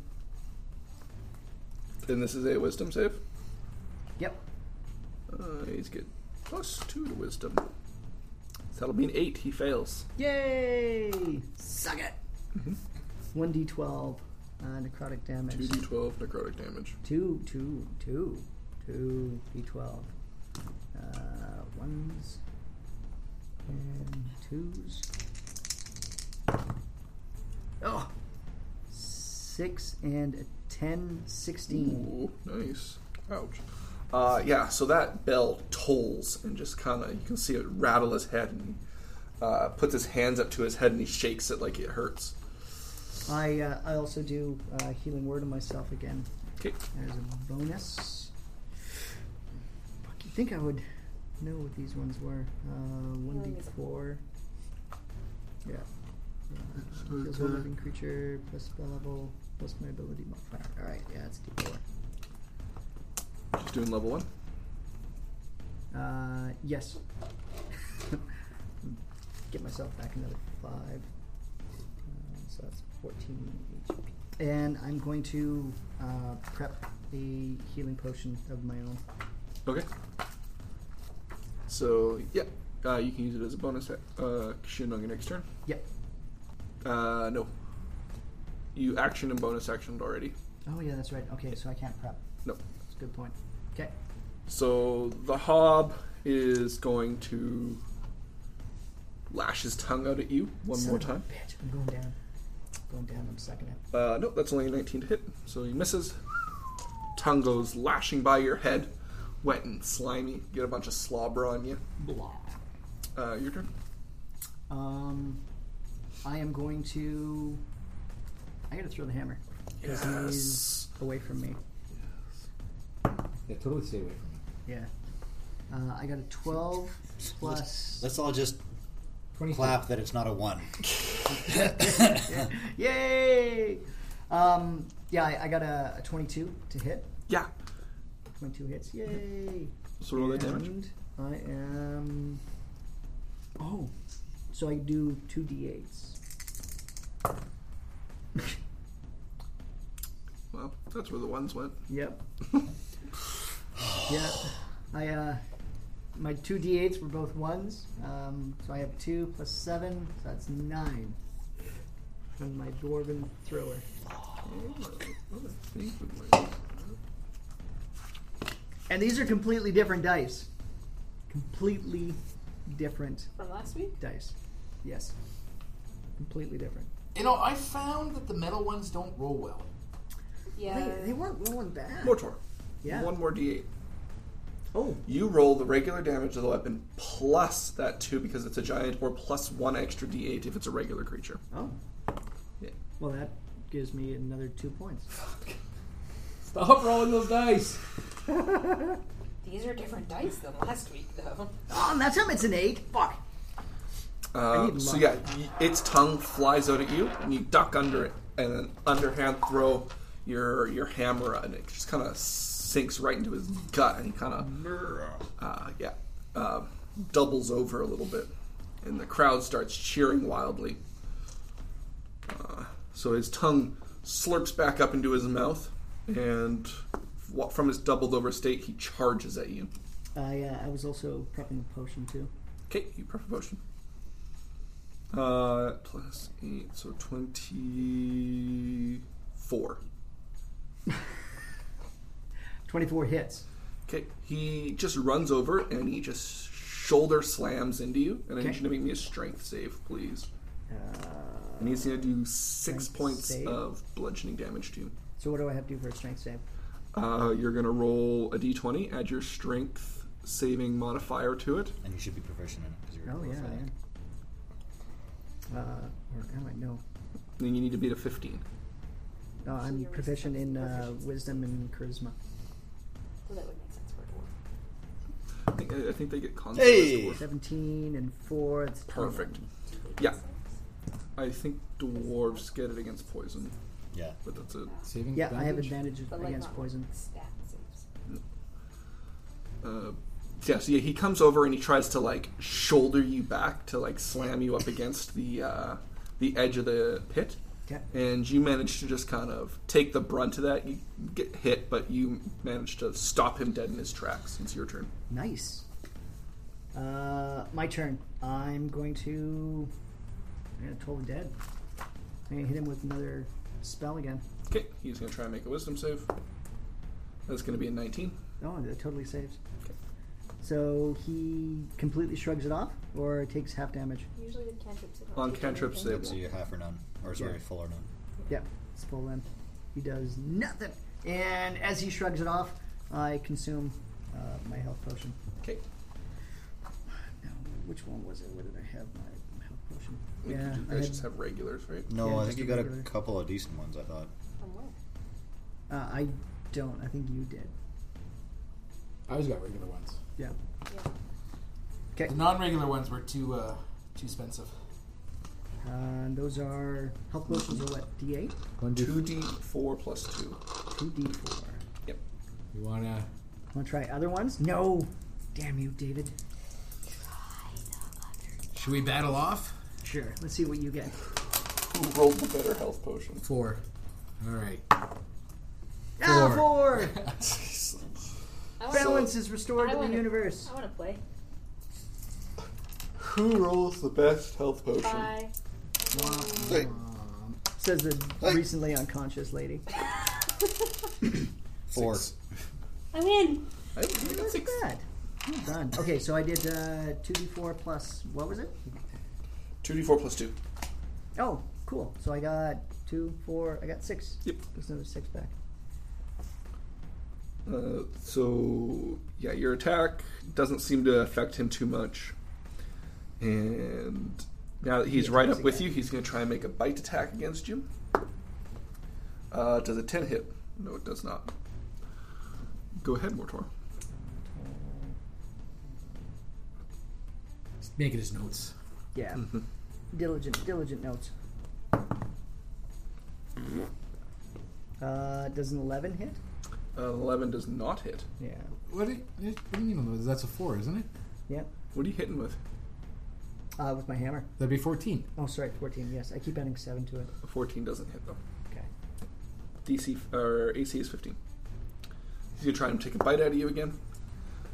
And this is a wisdom save.
Yep.
Uh, he's good. Plus two to wisdom. So That'll mean eight. He fails.
Yay! Suck it. One d12 uh, necrotic damage.
Two d12 necrotic damage.
Two, two, two, two d12. Uh, ones and twos. Oh, six and a ten, sixteen.
Ooh, nice. Ouch. Uh, yeah, so that bell tolls and just kind of, you can see it rattle his head and he uh, puts his hands up to his head and he shakes it like it hurts.
I uh, I also do uh, healing word on myself again
Okay.
as a bonus. Fuck, you think I would know what these ones were? Uh, One d four. Yeah. Uh, Kills one living creature plus spell level plus my ability modifier. All right, yeah, it's d four.
Just doing level one.
Uh, yes. Get myself back another five. Uh, so that's 14 HP. And I'm going to uh, prep a healing potion of my own.
Okay. So, yeah, uh, you can use it as a bonus uh, action on your next turn.
Yep.
Uh, no. You action and bonus actioned already.
Oh, yeah, that's right. Okay, so I can't prep.
No.
That's a good point. Okay.
So the hob is going to lash his tongue out at you one
Son
more
of a
time.
Bitch, I'm going down. Going down, I'm sucking it.
Uh, nope, that's only a 19 to hit. So he misses. Tongue goes lashing by your head, wet and slimy. Get a bunch of slobber on you.
Blah.
Uh, your turn.
Um, I am going to. I gotta throw the hammer. Because he's away from me.
Yeah, totally stay away from me.
Yeah. Uh, I got a 12 plus.
Let's all just clap that it's not a one.
Yay! Um, yeah, I, I got a, a 22 to hit.
Yeah.
22 hits. Yay!
So roll that damage.
And I am. Oh, so I do two d8s.
Well, that's where the ones went.
Yep. yeah, I uh, my two d8s were both ones, um, so I have two plus seven, so that's nine. From my dwarven thrower. And these are completely different dice. Completely different
From last week?
dice. Yes. Completely different.
You know, I found that the metal ones don't roll well.
Yeah.
They, they weren't rolling bad.
Mortor.
Yeah.
One more d8.
Oh.
You roll the regular damage of the weapon plus that two because it's a giant, or plus one extra d8 if it's a regular creature.
Oh.
Yeah.
Well, that gives me another two points.
Stop rolling those dice.
These are different dice than last week, though.
Oh, and that's him. It's an eight. Fuck.
Um, so yeah, y- its tongue flies out at you, and you duck under it, and then underhand throw your your hammer, and it just kind of sinks right into his gut, and he kind of uh, yeah uh, doubles over a little bit, and the crowd starts cheering wildly. Uh, so his tongue slurps back up into his mouth, and wa- from his doubled over state, he charges at you.
I uh, I was also prepping a potion too.
Okay, you prep a potion. Uh, plus eight, so twenty-four.
Twenty-four hits.
Okay, he just runs over and he just shoulder slams into you. And I need
Okay.
you to make me a strength save, please.
Uh,
And he's going to do six
Strength
points
save?
of bludgeoning damage to you.
So what do I have to do for a strength save?
Uh, you're going to roll a d20, add your strength saving modifier to it.
And you should be proficient in it because you're
Oh yeah,
proficient.
I am. Uh, or am I? No.
Then you need to beat a 15.
Uh, I'm proficient in uh, wisdom and charisma.
So that would make sense for a dwarf.
I think, I think they get con saves for-
Seventeen and four. It's
Perfect. Yeah. I think dwarves get it against poison.
Yeah.
But that's it.
Saving
Yeah, I have
advantage?
advantage
But like
against
not
poison.
stat saves.
Uh, yeah, so yeah, he comes over and he tries to like shoulder you back to like slam you up against the uh, the edge of the pit.
Okay.
And you manage to just kind of take the brunt of that. You get hit, but you manage to stop him dead in his tracks. It's your turn.
Nice. Uh, my turn. I'm going to. I'm going to Toll the Dead. I'm going to hit him with another spell again.
Okay, he's gonna try and make a wisdom save. That's gonna be a 19.
Oh, that totally saves. So he completely shrugs it off or takes half damage.
Usually with cantrips. they don't
On
do
cantrips, they
anything.
will.
So you're half or none, or sorry, full or none.
Yep, it's full in. He does nothing. And as he shrugs it off, I consume uh, my health potion.
Okay,
Now, which one was it? Where did I have my health potion?
we
Yeah,
can do,
Uh, I
I
had,
just have regulars, right?
No,
Yeah,
I
just
think you
a
got
regular.
a couple of decent ones. I thought.
From where?
uh, I don't. I think you did.
I always got regular ones.
Yeah.
Yeah.
The non-regular ones were too uh, too expensive.
Uh, and those are health potions are what? D8?
2d4 plus 2.
2D4.
Yep.
You wanna?
Want to try other ones? No! Damn you, David.
Should we battle off?
Sure. Let's see what you get.
Who rolled the better health potion?
Four. All right.
Ah, four!
I wanna-
Balance is restored
I
to the
wanna-
universe.
I want to play.
Who rolls the best health potion?
Bye.
Hey,
Says the recently unconscious lady.
four.
I win.
I think we got
Not
six.
bad. Well done. Okay, so I did uh, 2d4 plus, what was it?
2d4 plus 2.
Oh, cool. So I got 2, 4, I got 6.
Yep.
There's another 6 back.
Uh, so, yeah, your attack doesn't seem to affect him too much. And now that he's
He
right
attacks
up with
again.
you, he's going to try and make a bite attack against you. Uh, does a 10 hit? No, it does not. Go ahead, Mortor.
Just making his notes.
Yeah. diligent, diligent notes. Uh, does an 11 hit?
Uh, 11 does not hit.
Yeah.
What do you, what do you mean? on those? That's a four, isn't it?
Yep.
What are you hitting with?
Uh, with my hammer.
That'd be fourteen.
Oh, sorry, 14. Yes, I keep adding 7 to it.
A 14 doesn't hit, though.
Okay.
DC f- or AC is 15. He's gonna try and take a bite out of you again.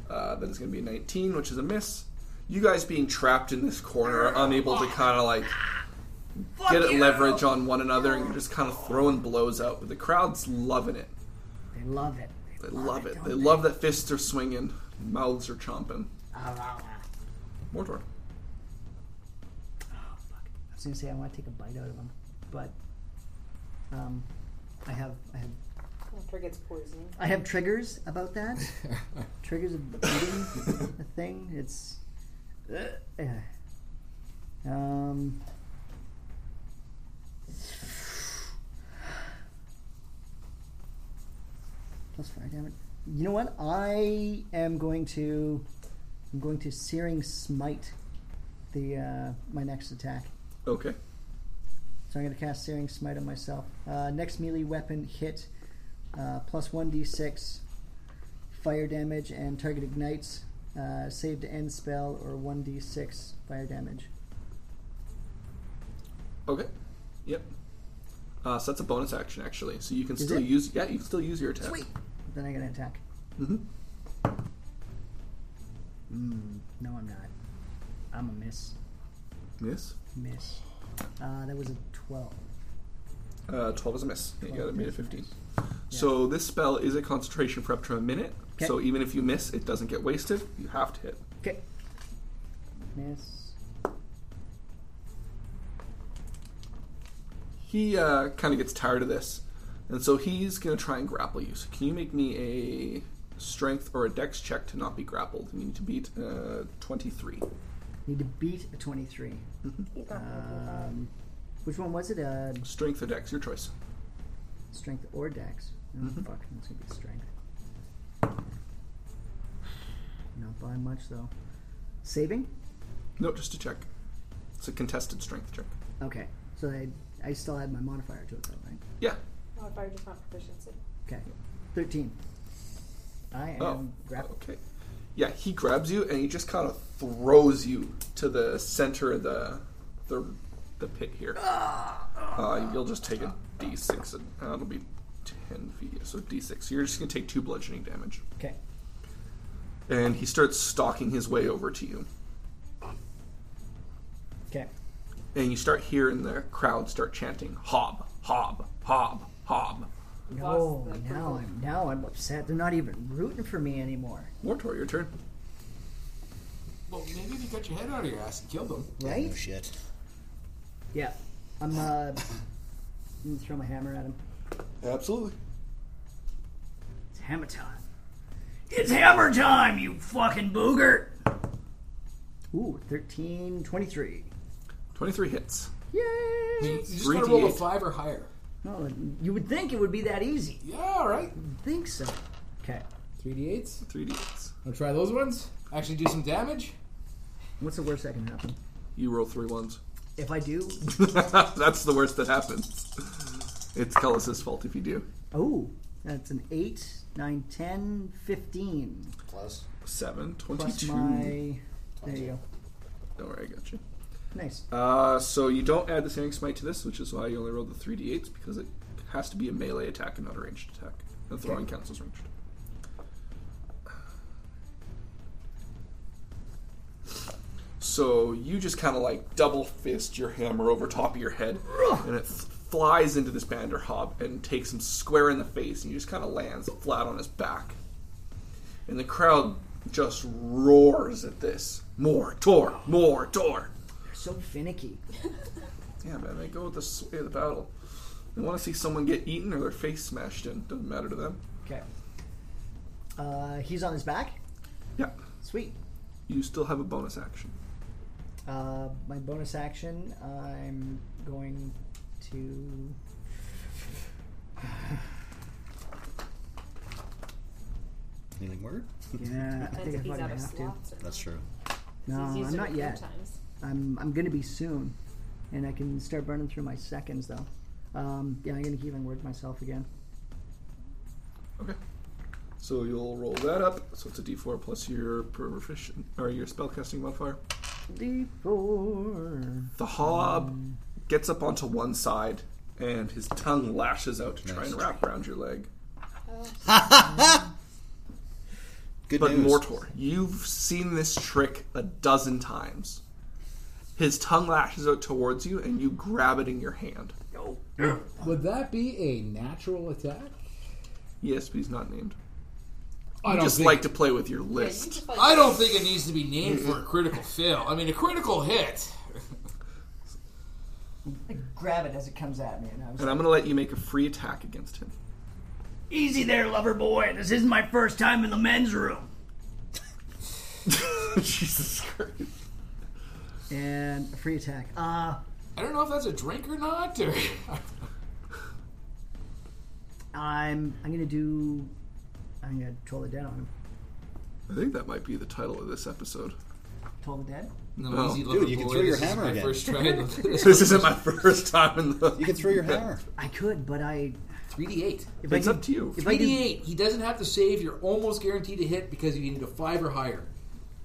Uh, that is gonna be a 19, which is a miss. You guys being trapped in this corner, are unable to kind of like get at leverage on one another, and you're just kind of throwing blows out. But the crowd's loving it.
They love it.
They love it. They love that fists are swinging, mouths are chomping.
Ah, ah, ah.
Mordor.
I was gonna say I want to take a bite out of them, but um, I have I have
Or gets poisoned.
I have triggers about that. triggers of eating a thing. It's. uh, yeah. Um. Plus five, damn it. You know what? I am going to. I'm going to searing smite. The uh, my next attack.
Okay.
So I'm going to cast Searing Smite on myself. Uh, next melee weapon hit, uh, plus 1d6 fire damage, and target ignites. Uh, save to end spell or 1d6 fire damage.
Okay. Yep. Uh, so that's a bonus action, actually. So you can
Is
still
it?
use. Yeah, you can still use your attack.
Sweet. Then I'm going to attack.
Mm-hmm.
Mm, no, I'm not. I'm a miss.
Miss.
Miss. Uh, that was a 12.
Uh, 12 is a miss. Yeah, you got it
12
made a
is a
15. So this spell is a concentration for up to a minute.
Okay.
So even if you miss, it doesn't get wasted. You have to hit.
Okay. Miss.
He uh, kind of gets tired of this, and so he's going to try and grapple you. So can you make me a strength or a dex check to not be grappled? You need to beat uh, 23.
Need to beat a 23. Um, which one was it? Uh,
Strength or dex, your choice.
Strength or dex. Oh, fuck. That's going to be strength. Not by much, though. Saving?
No, just a check. It's a contested strength check.
Okay. So I, I still add my modifier to it, though, right?
Yeah.
Modifier just not Oh, proficiency.
Okay. 13. I am
Oh,
grappled.
Okay. Yeah, he grabs you and he just kind of throws you to the center of the the, the pit here. Uh, you'll just take a d6. And, uh, it'll be 10 feet, so d6. You're just going to take two bludgeoning damage.
Okay.
And he starts stalking his way over to you.
Okay.
And you start hearing the crowd start chanting, Hob, Hob, Hob, Hob.
No, now I'm, now I'm upset. They're not even rooting for me anymore.
Mortor, your turn.
Well, maybe if you got your head out of your ass and killed him.
Right?
No shit.
Yeah. I'm, uh, I'm gonna throw my hammer at him.
Absolutely.
It's hammer time.
It's hammer time, you fucking booger!
Ooh, 13, 23.
23 hits.
Yay!
You just gotta roll a
3d8.
five or higher.
No, you would think it would be that easy.
Yeah, all right.
think so. Okay.
3d8s.
3d8s.
I'll try those ones. Actually, do some damage.
What's the worst that can happen?
You roll three ones.
If I do,
That's the worst that happens. It's Kellis's fault if you do.
oh, that's an 8, 9, 10, 15.
Plus.
7,
Plus
22.
my. There you go.
Don't worry, I got you.
Nice.
Uh, so you don't add the Searing Smite to this, which is why you only roll the 3d8s, because it has to be a melee attack and not a ranged attack. And throwing counts as ranged. So you just kind of like double fist your hammer over top of your head, and it flies into this Bander Hob and takes him square in the face, and he just kind of lands flat on his back. And the crowd just roars at this. More, Tor, more, Tor.
They're so finicky.
Yeah, man, they go with the sway of the battle. They want to see someone get eaten or their face smashed in. Doesn't matter to them.
Okay. Uh, he's on his back.
Yeah.
Sweet.
You still have a bonus action.
Uh, my bonus action, I'm going to.
Healing word?
Yeah, I think I
he's
fucking
out of
have to.
slots.
That's true.
No,
he's used
I'm
it a
not
few
yet.
times.
I'm I'm gonna be soon, and I can start burning through my seconds though. Um, yeah, I'm gonna healing word myself again.
Okay. So you'll roll that up. So it's a D4 plus your proficient or your spellcasting modifier.
D4.
The hob gets up onto one side, and his tongue lashes out to try and wrap around your leg.
Good
but
news.
Mortor, you've seen this trick a dozen times. His tongue lashes out towards you, and you grab it in your hand.
Would that be a natural attack?
Yes, but he's not named.
I
I
don't
just
think-
like to play with your list.
I don't think it needs to be named for a critical fail. I mean, a critical hit.
I grab it as it comes at me, and I was
and I'm going to let you make a free attack against him.
Easy there, lover boy. This isn't my first time in the men's room.
Jesus Christ.
And a free attack. Uh,
I don't know if that's a drink or not. Or
I'm I'm gonna do. I'm gonna troll the dead on him.
I think that might be the title of this episode.
Troll the dead.
No,
Oh.
easy
Dude,
lover
you can
boy,
throw your
this is
hammer
my
again.
First try in the-
This isn't my first time in the.
You can throw your hammer.
I could, but I.
Three D eight.
If I It's up could- to you. if I could-
3d8. He doesn't have to save. You're almost guaranteed to hit because you need a five or higher.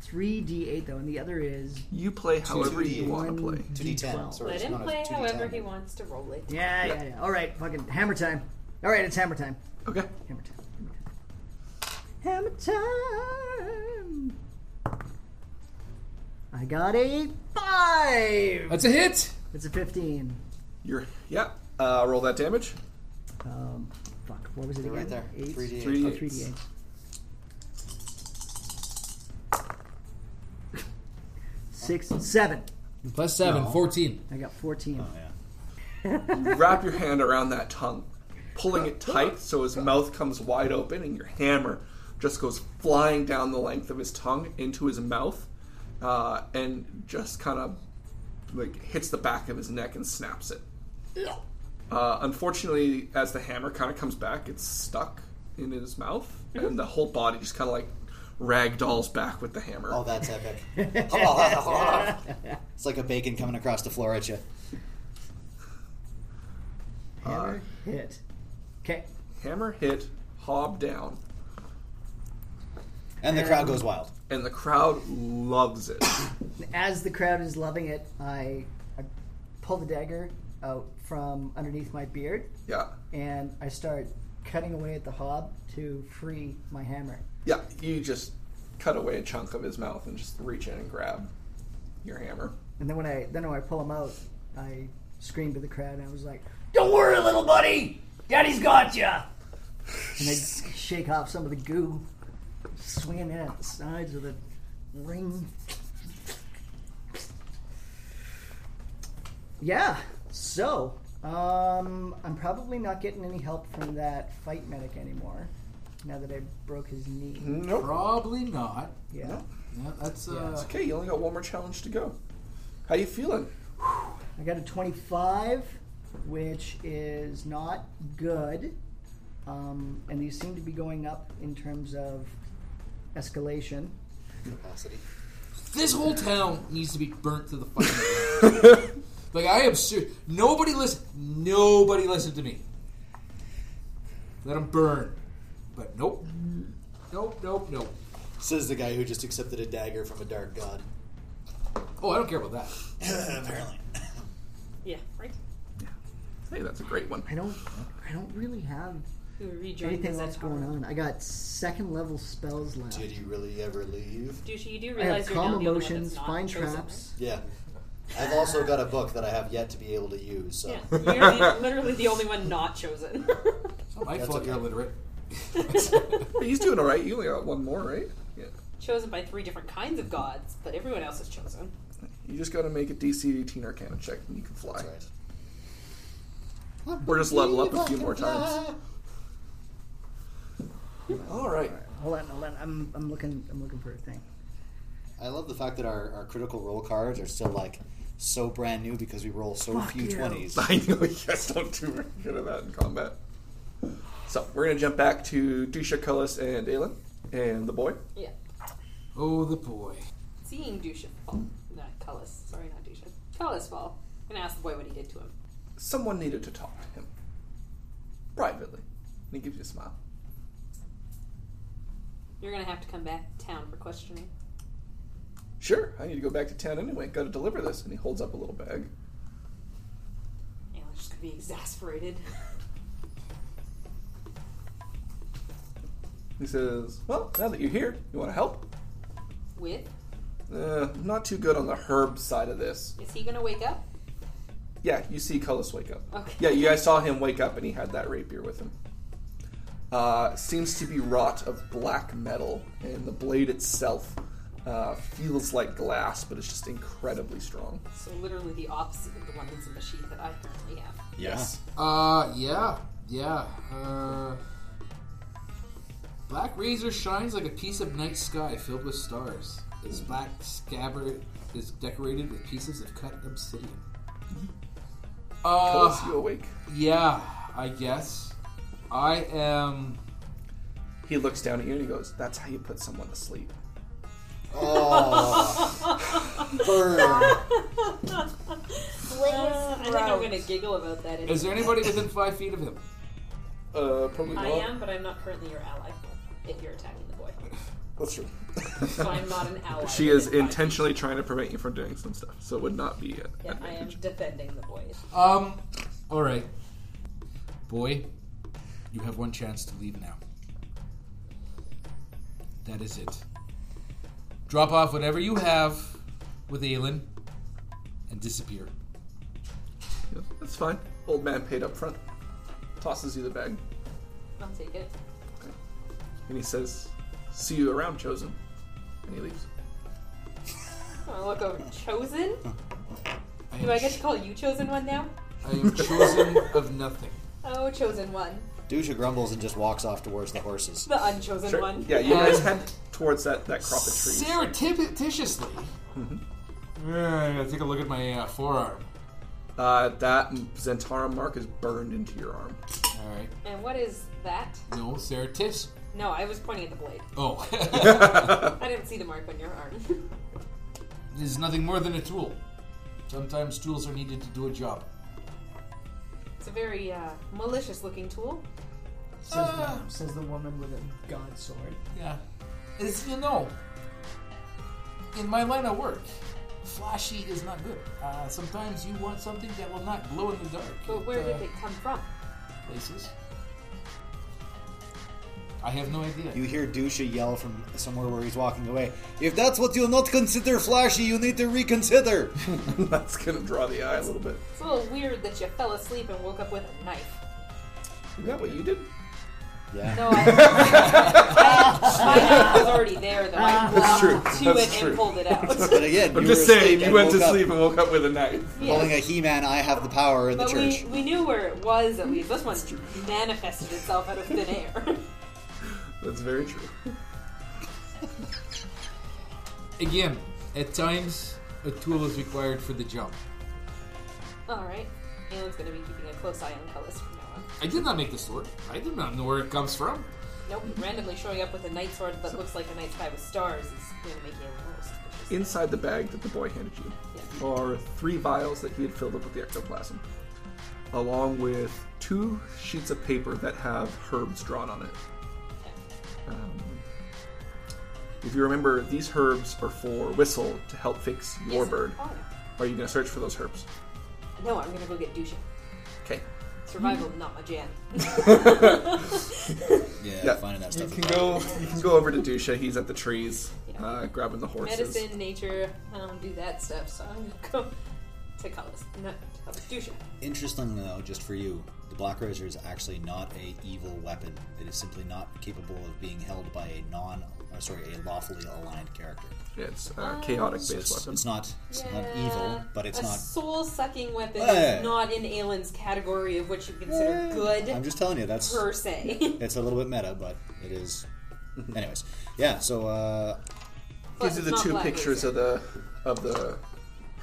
Three D eight though, and the other is
You play however you want to play.
2d10,
Let him play however he wants to roll it.
Yeah, yeah, yeah. All right, fucking hammer time. All right, it's hammer time.
Okay.
Hammer time. Hammer time. Hammer time. I got a five.
That's a hit.
It's a fifteen.
You're yeah. Uh, roll that damage.
Um, fuck. What was it again?
Right there.
Eight.
3D8.
Oh,
3D8.
3D8. Six, seven.
Plus seven,
No.
14.
I got fourteen. Oh
yeah.
You wrap your hand around that tongue, pulling it tight so his mouth comes wide open, and your hammer just goes flying down the length of his tongue into his mouth, uh, and just kind of like hits the back of his neck and snaps it. Uh, unfortunately, as the hammer kind of comes back, it's stuck in his mouth, and the whole body just kind of like ragdolls back with the hammer.
Oh, that's epic. it's like a bacon coming across the floor at you.
Hammer hit. Okay.
Hammer hit, hob down.
And the crowd goes wild.
And the crowd loves it.
As the crowd is loving it, I, I pull the dagger out from underneath my beard
yeah.
and I start cutting away at the hob to free my hammer.
Yeah, you just cut away a chunk of his mouth and just reach in and grab your hammer.
And then when I then when I pull him out, I scream to the crowd and I was like,
Don't worry, little buddy. Daddy's got ya.
and I shake off some of the goo, swinging it at the sides of the ring. Yeah. So, um, I'm probably not getting any help from that fight medic anymore. Now that I broke his knee.
Nope.
Probably not.
Yeah.
Yeah, that's uh,
It's okay, you only got one more challenge to go. How you feeling?
I got a 25, which is not good. Um, and these seem to be going up in terms of escalation.
Capacity.
This whole town needs to be burnt to the fucking ground. Like I am serious. Nobody listen. Nobody listen to me. Let them burn. But nope. Nope. Nope. Nope.
Says the guy who just accepted a dagger from a dark god.
Oh, I don't care about that.
Apparently.
Yeah, right.
Hey, that's a great one.
I don't, I don't really have
You rejoin
anything
his
else
power.
going on. I got second level spells left.
Did you really ever leave?
Do you, you do
I have
realize you're
calm
now the only one that's
emotions,
not
find
chosen,
traps.
Yeah. I've also got a book that I have yet to be able to use. So.
right? Yeah, you're the, literally the only one not chosen.
It's not my
That's
fault
okay.
you're illiterate.
Hey, He's doing alright, you only got one more, right? Yeah.
chosen by three different kinds of gods, but everyone else is chosen.
You just gotta make a DC 18 Arcana check and you can fly.
That's right.
Or just level up a few more times. Alright.
Hold on, hold on. I'm, I'm looking, I'm looking for a thing.
I love the fact that our, our critical roll cards are still like so brand new because we roll so
Fuck
few
you.
20s.
I know you guys don't do good at that in combat. So, we're gonna jump back to Disha Cullis and Aelin and the boy.
Yeah.
Oh, the boy.
Seeing Dusha fall. Not Cullis. Sorry, not Dusha. Cullis fall. And ask the boy what he did to him.
someone needed to talk to him privately. And he gives you a smile.
You're gonna have to come back to town for questioning.
Sure, I need to go back to town anyway. Got to deliver this. And he holds up a little bag.
Alan's just gonna be exasperated.
He says, "Well, now that you're here, you want to help?
With?
Uh, I'm not too good on the herb side of this.
Is he gonna wake up?
Yeah, you see Cullis wake up.
Okay.
Yeah, you guys saw him wake up, and he had that rapier with him. Uh, seems to be wrought of black metal, and the blade itself uh, feels like glass, but it's just incredibly strong.
So literally the opposite of the one that's in the sheet that I currently have.
Yes.
Uh, yeah, yeah. Uh, Black Razor shines like a piece of night sky filled with stars. Its black scabbard is decorated with pieces of cut obsidian. Uh,
Close, you awake.
Yeah, I guess. I am.
He looks down at you and he goes, That's how you put someone to sleep.
Oh,
Uh, I think I'm gonna giggle about that.
Is there
anyway.
anybody within five feet of him?
Uh, probably
I am, but I'm not currently your ally. If you're attacking the boy,
That's true.
so I'm not an ally.
She is intentionally trying to prevent you from doing some stuff, so it would not be it.
Yeah, I am defending the boy.
Um, alright. Boy, you have one chance to leave now. That is it. Drop off whatever you have with Aelin and disappear.
Yeah, that's fine. Old man paid up front. Tosses you the bag,
I'll take it.
and he says, See you around, Chosen. And he leaves.
I look over. Chosen? Do I get to call you chosen one now?
I am chosen of nothing.
Oh, chosen one.
Dusha grumbles and just walks off towards the horses.
The unchosen
Sure.
one.
Yeah, you guys head towards that, that crop of trees.
Surreptitiously. Uh, take a look at my uh, forearm.
Uh, that Zentara mark is burned into your arm.
Alright.
And what is that?
No, Ceratips.
No, I was pointing at the blade.
Oh.
Oh.
I didn't see the mark on your arm.
This is nothing more than a tool. Sometimes tools are needed to do a job.
It's a very uh, malicious looking tool.
Says, the, says the woman with a god sword.
Yeah. As you know, in my line of work, flashy is not good. Uh, sometimes you want something that will not glow in the dark.
But where
uh,
did it come from?
Places. I have no idea.
You hear Dusha yell from somewhere where he's walking away. If that's what you not consider flashy, you need to reconsider.
that's gonna draw the eye a little bit.
It's a little weird that you fell asleep and woke up with a knife.
Is that what you did?
Yeah.
No, I, I, my knife was already there though. I
That's true.
walked to
That's
it
true.
and pulled it out.
But again,
I'm
you
just
were asleep
saying, you
and
went to
woke up.
sleep and woke up with a knife.
Yeah.
Calling a He-Man, I have the power in the
But
church.
we, we knew where it was at least. This one manifested itself out of thin air.
That's very true.
Again, at times, a tool is required for the job.
Alright. Alan's gonna be keeping a close eye on Cullis from now on.
I did not make the sword. I did not know where it comes from.
Nope, randomly showing up with a night sword that looks like a night sky with stars is going to make you almost.
Inside the bag that the boy handed you are three vials that he had filled up with the ectoplasm, along with two sheets of paper that have herbs drawn on it. Um, if you remember, these herbs are for Whistle to help fix your bird.
Oh,
Are you going to search for those herbs?
no, I'm gonna go get Dusha.
Okay.
Survival,
Hmm.
not my jam.
finding that
You can go. You can go over to Dusha. He's at the trees, uh, grabbing the horses.
Medicine, nature, I don't do that stuff, so I'm gonna go to Cullis. Not Cullis, Dusha.
Interesting though, just for you, the Black Razor is actually not a evil weapon. It is simply not capable of being held by a non, or sorry, a lawfully aligned character.
Yeah, it's
Oh,
a chaotic
So
based
it's,
weapon.
It's not, it's not evil, but it's
a
not.
soul sucking weapon
Hey.
is not in Aelin's category of what you consider good.
I'm just telling you, that's
per se.
it's a little bit meta, but it is. Anyways, yeah. So uh,
These are
it's
the
not
two
black
pictures of the of the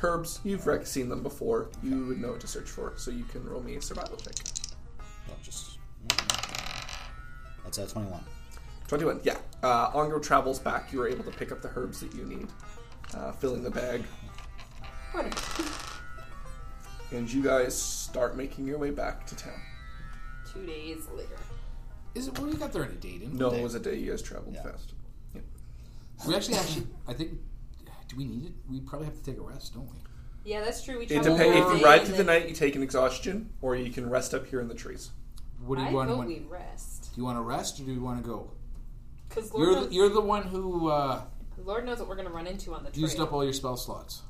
herbs. You've rec- seen them before. You would know what to search for, so you can roll me a survival check.
well, oh, just that's at 21.
Twenty-one. Yeah. Uh, on your travels back, you were able to pick up the herbs that you need, uh, filling the bag, and you guys start making your way back to town.
Two days later.
Is it? Well, you got there in a day, didn't
No,
you?
it was a day you guys traveled fast.
We actually, actually, I think. Do we need it? We probably have to take a rest, don't we?
Yeah, that's true. We
It
traveled
depends. If
all
you
day
ride
and
through the
then-
night, you take an exhaustion, or you can rest up here in the trees.
What do you
I
want?
vote
when-
we rest.
Do you want to rest or do you want to go?
Because Lord,
You're the,
knows-
you're the one who uh,
Lord knows what we're going to run into on the trail.
used up all your spell slots.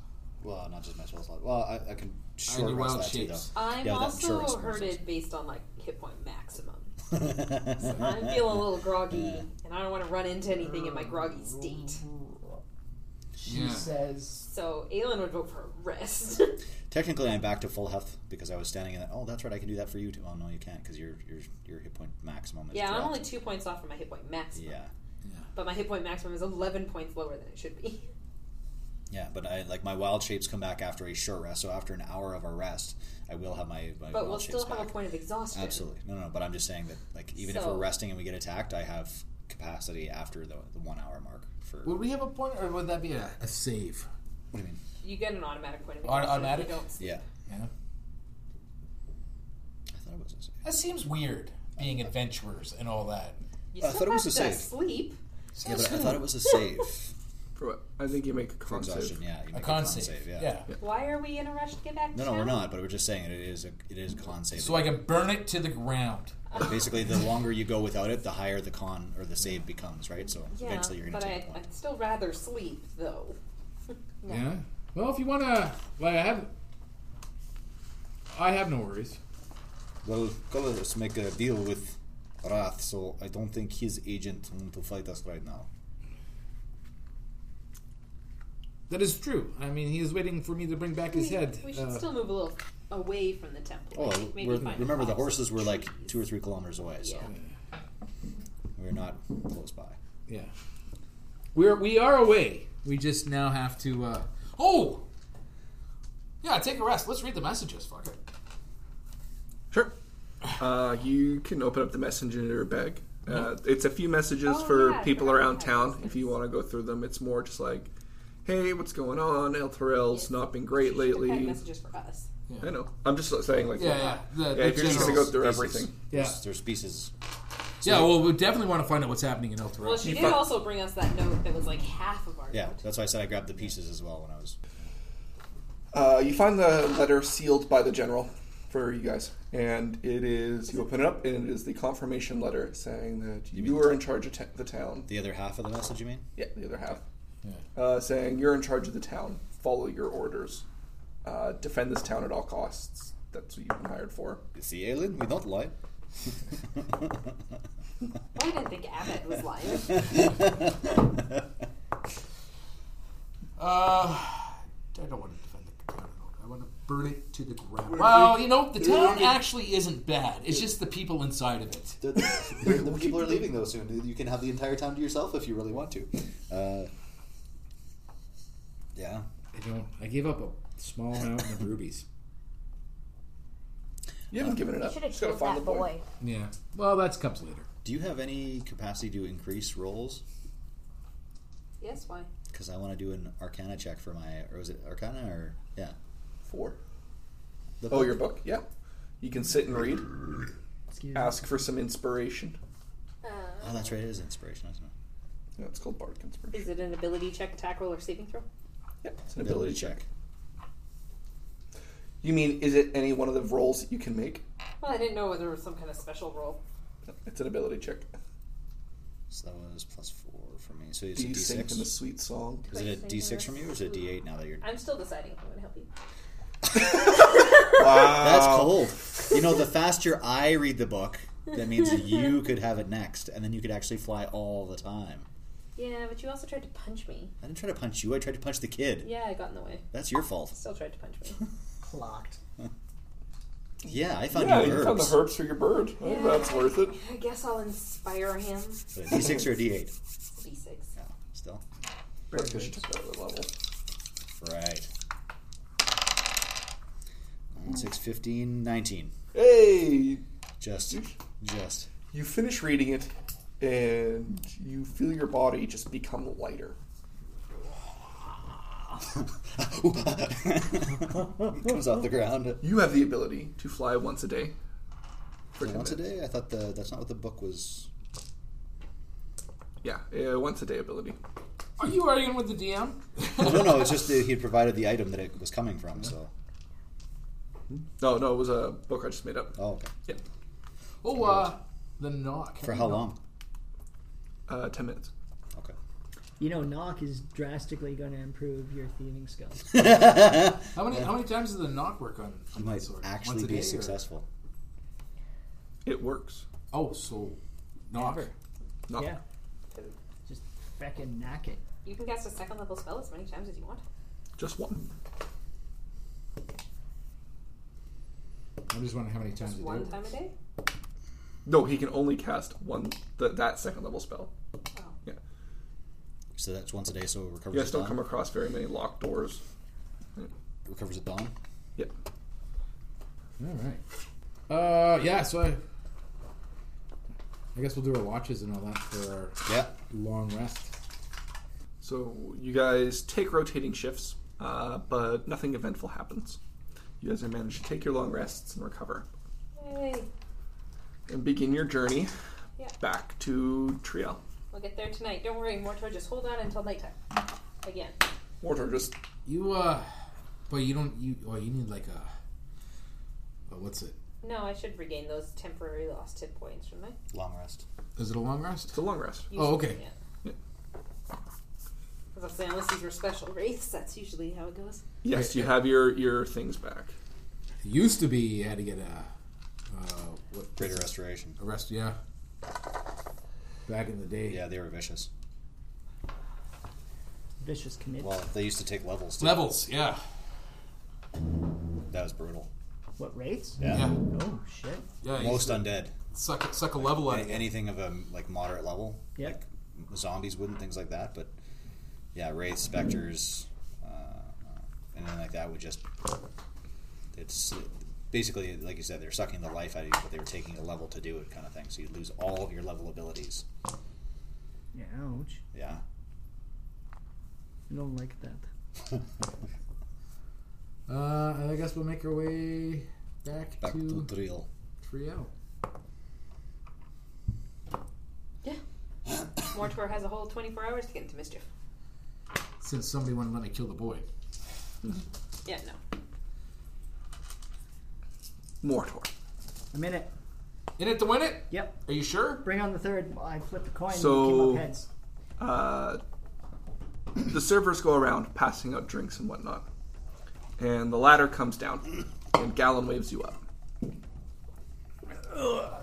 Well, not just my spell slot. Well, I, I can short
your
rest
wild
that too, though.
shapes.
I'm
yeah, that
also
short rest works.
hurted based on like hit point maximum. So I'm feeling a little groggy, and I don't want to run into anything in my groggy state.
She
Yeah.
says,
So Aelin would vote for rest.
Technically, I'm back to full health because I was standing in that. Oh, that's right. I can do that for you too. Oh no, you can't because your your your hit point maximum is.
yeah, I'm
dropped.
only two points off from my hit point maximum.
Yeah,
But my hit point maximum is 11 points lower than it should be.
yeah. But I like my wild shapes come back after a short rest. So after an hour of a rest, I will have my,
but
my wild
we'll
shapes
still have
back.
a point of exhaustion.
Absolutely. No, no, but I'm just saying that, like, even if
So-
we're resting and we get attacked, I have capacity after the, the one hour mark for.
Would we have a point, or would that be a, a save?
What do you mean?
You get an automatic point of
Au-
exhaustion. if
automatic?
You don't.
Yeah.
Yeah.
I thought it was a save.
That seems weird, being adventurers and all that.
You
I thought it was a save.
Sleep.
Yeah, but I thought it was a save.
For what? I think you make a
For
con save.
exhaustion, yeah. You make a
con
con
save,
save,
yeah.
Why are we in a rush to get back
No,
to
no, we're
town?
not. But we're just saying it, it is a it is a con save.
So I can burn it to the ground.
Basically, the longer you go without it, the higher the con or the save becomes, right? So
Yeah,
eventually you're going
but
to take.
I, I'd still rather sleep, though. No.
Yeah. Well, if you want to, like, I have, I have no worries.
Well, Colorus make a deal with Wrath, so I don't think his agent want to fight us right now.
That is true. I mean, he is waiting for me to bring back his head.
We should
Uh,
still move a little away from the temple.
Oh,
I think maybe
we're-
find a
remember the
box.
horses were like two or three kilometers away, so
Yeah.
we're not close by.
Yeah. We're we are away. We just now have to. Uh, oh. Yeah, take a rest. Let's read the messages. Fuck it.
Sure. Uh, you can open up the messenger bag. Uh, it's a few messages
Oh,
for
yeah, I
people
forgot
around
about
town. If you want to go through them, it's more just like, "Hey, what's going on? El Terrell's not been great
They've had
lately."
messages for us.
I know. I'm just saying, like,
Yeah, yeah. The- the
if you're just gonna go
generals.
through
Pieces.
everything,
Yeah.
There's, there's pieces.
yeah. Well, we definitely want to find out what's happening in El Terrell.
Well, she did also bring us that note that was like half of our.
Yeah, that's why I said I grabbed the pieces as well when I was.
Uh, you find the letter sealed by the general for you guys, and it is you open it up, and it is the confirmation letter saying that you, are in charge of t- the town.
The other half of the message, you mean?
Yeah, the other half. Uh, saying you're in charge of the town. Follow your orders. Uh, defend this town at all costs. That's what you've been hired for.
You see, Aelin, we don't lie.
Well, I didn't think Abbott was lying.
Uh, I don't want to defend the town. at all. I want to burn it to the ground. Well, you know, the town actually isn't bad. It's just the people inside of it.
the people are leaving though soon. You can have the entire town to yourself if you really want to. Uh, yeah.
I don't. I gave up a small amount in the rubies.
You haven't given
You should have killed that boy.
Yeah. Well, that comes later.
Do you have any capacity to increase rolls?
Yes, why?
Because I want to do an Arcana check for my, or was it Arcana or yeah?
Four.
The
Oh, your book. Yeah, you can sit and read. Ask for some inspiration.
Oh, that's right. It is inspiration, isn't it?
Yeah, it's called bardic inspiration.
Is it an ability check, attack roll, or saving throw?
Yeah, it's an ability check. You mean is it any one of the roles that you can make?
Well, I didn't know whether it was some kind of special roll.
It's an ability check.
So that was plus four for me. So it's
Do
a
you sing to the
D6.
sweet song?
Is it a D6 from you or is it a D8 now that you're?
I'm still deciding. I'm going to help you.
That's
Um,
cold. You know, the faster I read the book, that means you could have it next, and then you could actually fly all the time.
Yeah, but you also tried to punch me.
I didn't try to punch you. I tried to punch the kid.
Yeah, I got in the way.
That's your fault.
Still tried to punch me.
Clocked.
Yeah, I found
yeah,
you
you
herbs.
found the herbs for your bird. I think
Yeah.
That's worth it.
I guess I'll inspire him.
So a D6 or a D8?
B6.
Yeah, still.
Bird fish took another level.
Right. Nine, Six, 15, 19.
Hey,
Just, just.
you finish reading it, and you feel your body just become lighter.
Comes off the ground.
You have the ability to fly once a day. For 10
Once a
minutes.
day? I thought the, that's not what the book was.
Yeah, uh, once a day ability.
Are you arguing with the DM?
no, no, it's just that he provided the item that it was coming from, so.
No, no, it was a book I just made up.
Oh, okay.
Yeah,
Oh, uh, the knock.
For how long?
uh, ten minutes.
Okay.
You know, knock is drastically going to improve your thieving skills.
How many how many times does the knock work on?
You might actually
Once a day
be
or-
successful.
It works.
Oh, so knock.
Never.
Knock.
Yeah. Just feckin' knock it.
You can cast a second level spell as many times as you want.
Just one.
I'm just wondering how many times
Just
you
one
do
time a day?
No, he can only cast one th- that second level spell. Yeah.
So that's once a day, so it recovers
You
at
guys don't
dawn?
come across very many locked doors.
Recovers at dawn?
Yep.
All right. Uh, yeah. So I, I guess we'll do our watches and all that for our
yeah.
long rest.
So you guys take rotating shifts, uh, but nothing eventful happens. You guys have managed to take your long rests and recover,
Yay.
and begin your journey
Yeah.
back to Triel.
We'll get there tonight. Don't worry, Mortar. Just hold on until nighttime. Again.
Mortar just
you uh, but you don't you well you need like a, uh what's it?
No, I should regain those temporary lost hit points, shouldn't I?
Long rest.
Is it a long rest? It's
a long rest.
Oh, okay.
Usually, Yeah. Because I'll say, unless these were special wraiths, that's usually how it goes.
Yes,
Right.
you have your your things back.
It used to be you had to get a uh, what
Greater restoration.
A rest, Oh. yeah. Back in the day.
Yeah, they were vicious.
Vicious commit.
Well, they used to take levels. Too.
Levels, yeah.
That was brutal.
What rates?
Yeah. Yeah.
Oh shit.
Most undead.
Suck, suck a level out
Any- Anything of a like moderate level.
Yeah.
Like zombies wouldn't, things like that. But yeah, wraiths, specters, uh, anything like that would just. It's basically, like you said, they're sucking the life out of you, but they were taking a level to do it kind of thing. So you lose all of your level abilities.
Yeah, ouch.
Yeah.
I don't like that.
Uh, and I guess we'll make our way back,
Back to
to
Drill.
Triel.
Mortor has a whole 24 hours to get into mischief.
Since somebody wouldn't let me kill the boy.
Yeah, no.
Mortor.
I'm in it.
In it to win it?
Yep.
Are you sure?
Bring on the third. I flipped a coin. and it
So,
came up heads.
uh, the servers go around passing out drinks and whatnot, and the ladder comes down, and Gallon waves you up.
Ugh. Yeah.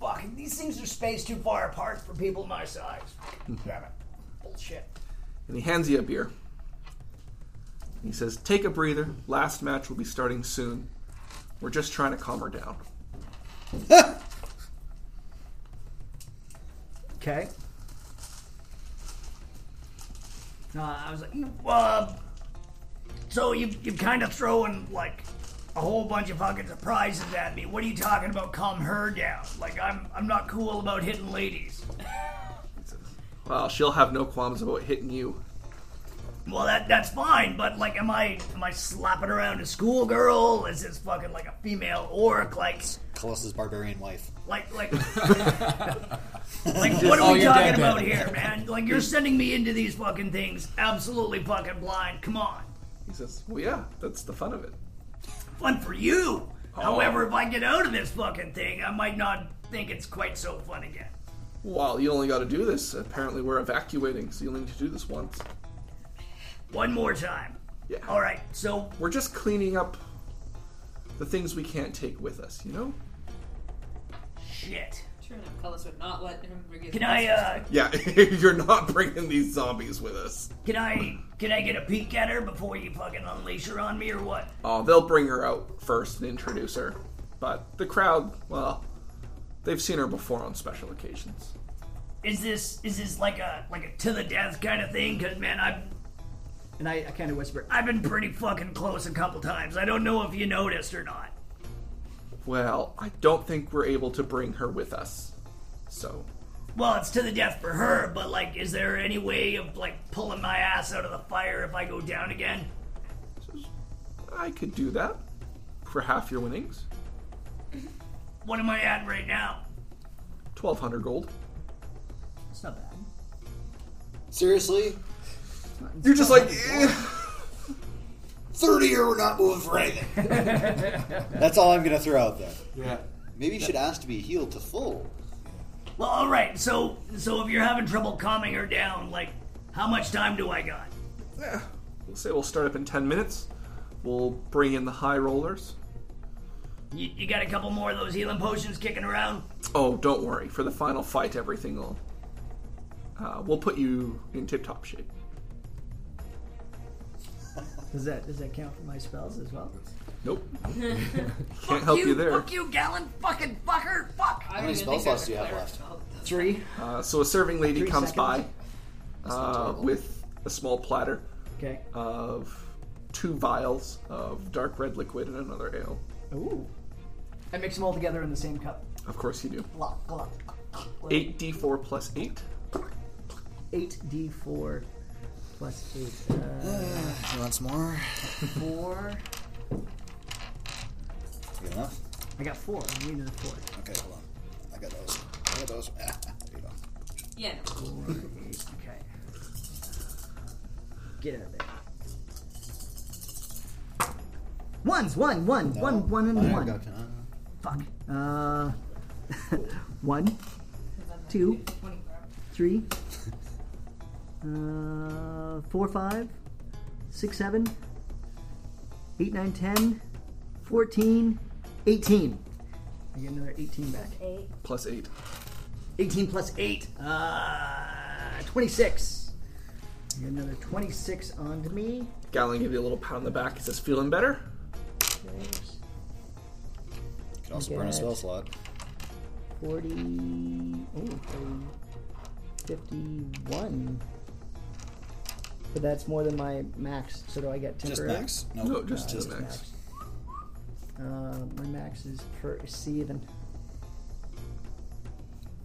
Fuck, these things are spaced too far apart for people my size. Damn it. Bullshit.
Mm-hmm. and he hands you a beer. He says, "Take a breather. Last match will be starting soon. We're just trying to calm her down."
Okay.
No, I was like, uh, so you, you've kind of thrown like a whole bunch of fucking surprises at me. What are you talking about? Calm her down. Like I'm, I'm not cool about hitting ladies.
Well, she'll have no qualms about hitting you.
Well, that that's fine, but like, am I am I slapping around a schoolgirl? Is this fucking like a female orc? Like,
Colossus' barbarian wife.
like, like, like, what are
Oh,
we
you're
talking
dead,
about
man.
here, man? Like, you're sending me into these fucking things absolutely fucking blind. Come on,
He says, "Well, yeah, that's the fun of it."
fun for you.
Oh.
However, if I get out of this fucking thing, I might not think it's quite so fun again.
Well, you only got to do this. Apparently, we're evacuating, so you only need to do this once.
One more time.
Yeah.
All right. So
we're just cleaning up the things we can't take with us. You know?
Shit.
True enough, Cullis would not let him regain
Can I, uh,
Yeah, you're not bringing these zombies with us.
Can I can I get a peek at her before you fucking unleash her on me or what?
Oh, they'll bring her out first and introduce her. But the crowd, well, they've seen her before on special occasions.
Is this is this like a like a to the death kind of thing? Cause man, I've
And I, I kind of whisper.
I've been pretty fucking close a couple times. I don't know if you noticed or not.
Well, I don't think we're able to bring her with us. So,
Well, it's to the death for her, but like, is there any way of like pulling my ass out of the fire if I go down again?
I could do that for half your winnings
What am I at right now?
1200 gold.
It's not bad.
Seriously?
You're just like, eh.
30 or we're not moving for anything. That's all I'm going to throw out there.
Yeah.
Maybe you should ask to be healed to full.
Well, all right. So so if you're having trouble calming her down, like, how much time do I got?
Yeah. We'll say we'll start up in 10 minutes. We'll bring in the high rollers.
You, you got a couple more of those healing potions kicking around?
Oh, don't worry. For the final fight, everything will Uh, we'll put you in tip-top shape.
Does that does that count for my spells as well?
Nope.
Fuck
Can't help you, there.
Fuck you, Gallon fucking fucker! Fuck!
How many spell slots do you have left?
Three.
Uh, so a serving lady
Three
comes
seconds.
by uh, with a small platter
Okay.
of two vials of dark red liquid and another ale.
Ooh. I mix them all together in the same cup.
Of course you do.
Blah, blah.
Eight D four plus eight.
Eight D four plus eight. Uh,
you want some more?
four.
Good enough?
I got four. I need another four.
Okay, hold on. I got those. I got those. Ah, there you go.
Yeah.
Four, eight. Okay. Get out of there. Ones, one, one,
No,
one, one,
I
and one.
got- uh,
Fuck. Uh, one, two, three, uh, four, five, six, seven, eight, nine, ten, fourteen, eighteen. I get another eighteen back.
Eight.
Plus eight.
Eighteen plus eight. Uh, twenty-six. I get another twenty-six onto me.
Gallon give you a little pat on the back. He says, "Feeling better?"
You can also
I
burn a
got-
spell slot.
40, oh, 40, 51. But that's more than my max. So do I get
Just
temporary?
max? No,
No, just
no,
to the max.
Uh, my max is per is seven.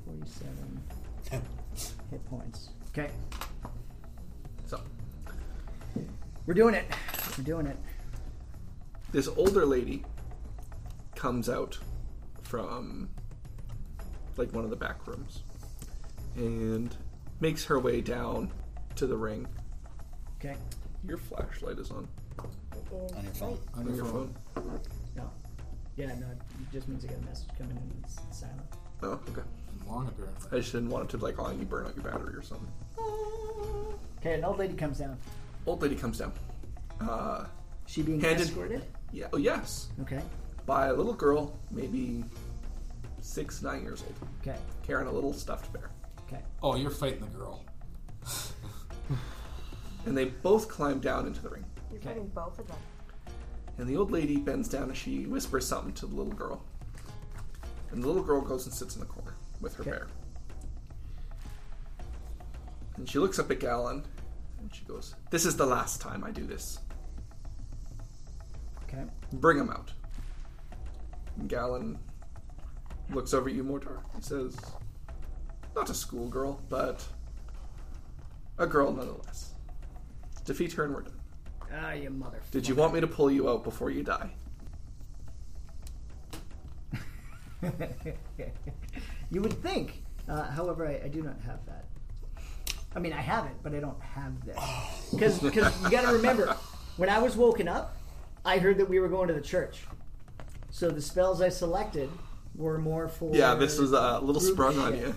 47 hit points. Okay,
So
we're doing it. We're doing it.
this older lady comes out from like one of the back rooms and makes her way down to the ring.
Okay.
Your flashlight is on
On your phone.
on your phone.
No. Yeah, no, it just means I get a message coming and it's silent.
Oh, okay.
Long apparently.
I just didn't want it to like, oh, you burn out your battery or something.
Okay, an old lady comes down.
Old lady comes down. Uh,
She being
Handed-
escorted.
yeah. Oh, yes.
Okay,
By a little girl, maybe six, nine years old,
okay,
carrying a little stuffed bear.
okay.
Oh, you're fighting the girl.
And they both climb down into the ring.
You're
Okay.
getting both of them.
And the old lady bends down and she whispers something to the little girl. And the little girl goes and sits in the corner with her
Okay.
bear. And she looks up at Gallon and she goes, This is the last time I do this.
Okay.
Bring him out. And Gallon looks over at you, Mortar. He says, Not a schoolgirl, but a girl nonetheless. Defeat her and we're done.
Ah, you mother.
Did you want me to pull you out before you die?
you would think. Uh, however, I, I do not have that. I mean, I have it, but I don't have this.
Oh.
Because you got to remember, when I was woken up, I heard that we were going to the church. So the spells I selected were more for.
Yeah, this was a little
group
sprung on
shit.
you.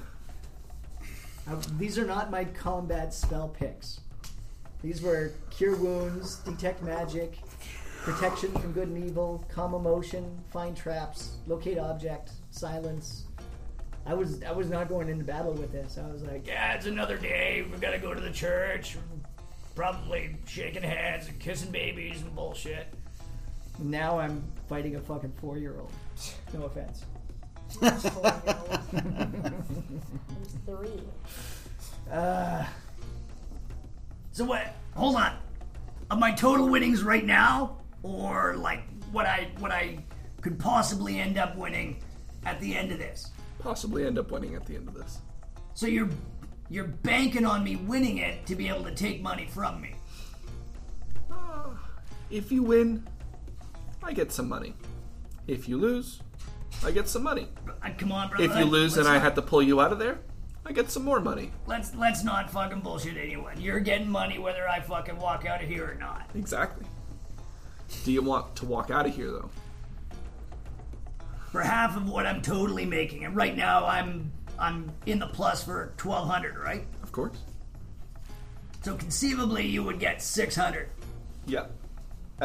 Uh, these are not my combat spell picks. These were cure wounds, detect magic, protection from good and evil, calm emotion, find traps, locate object, silence. I was I was not going into battle with this. I was like,
Yeah, it's another day. We gotta go to the church. Probably shaking hands and kissing babies and bullshit.
now I'm fighting a fucking four year old. No offense.
Three.
Uh,
So what? Hold on. Of my total winnings right now, or like what I what I could possibly end up winning at the end of this.
possibly end up winning at the end of this.
So you're you're banking on me winning it to be able to take money from me.
If you win, I get some money. If you lose, I get some money.
Uh, Come on, brother.
If you lose and
Let's
I
not-
had to pull you out of there, I get some more money.
let's let's not fucking bullshit anyone. You're getting money whether I fucking walk out of here or not.
Exactly. Do you want to walk out of here though?
For half of what I'm totally making, and right now I'm I'm in the plus for twelve hundred, right?
Of course.
So conceivably you would get six hundred
Yeah.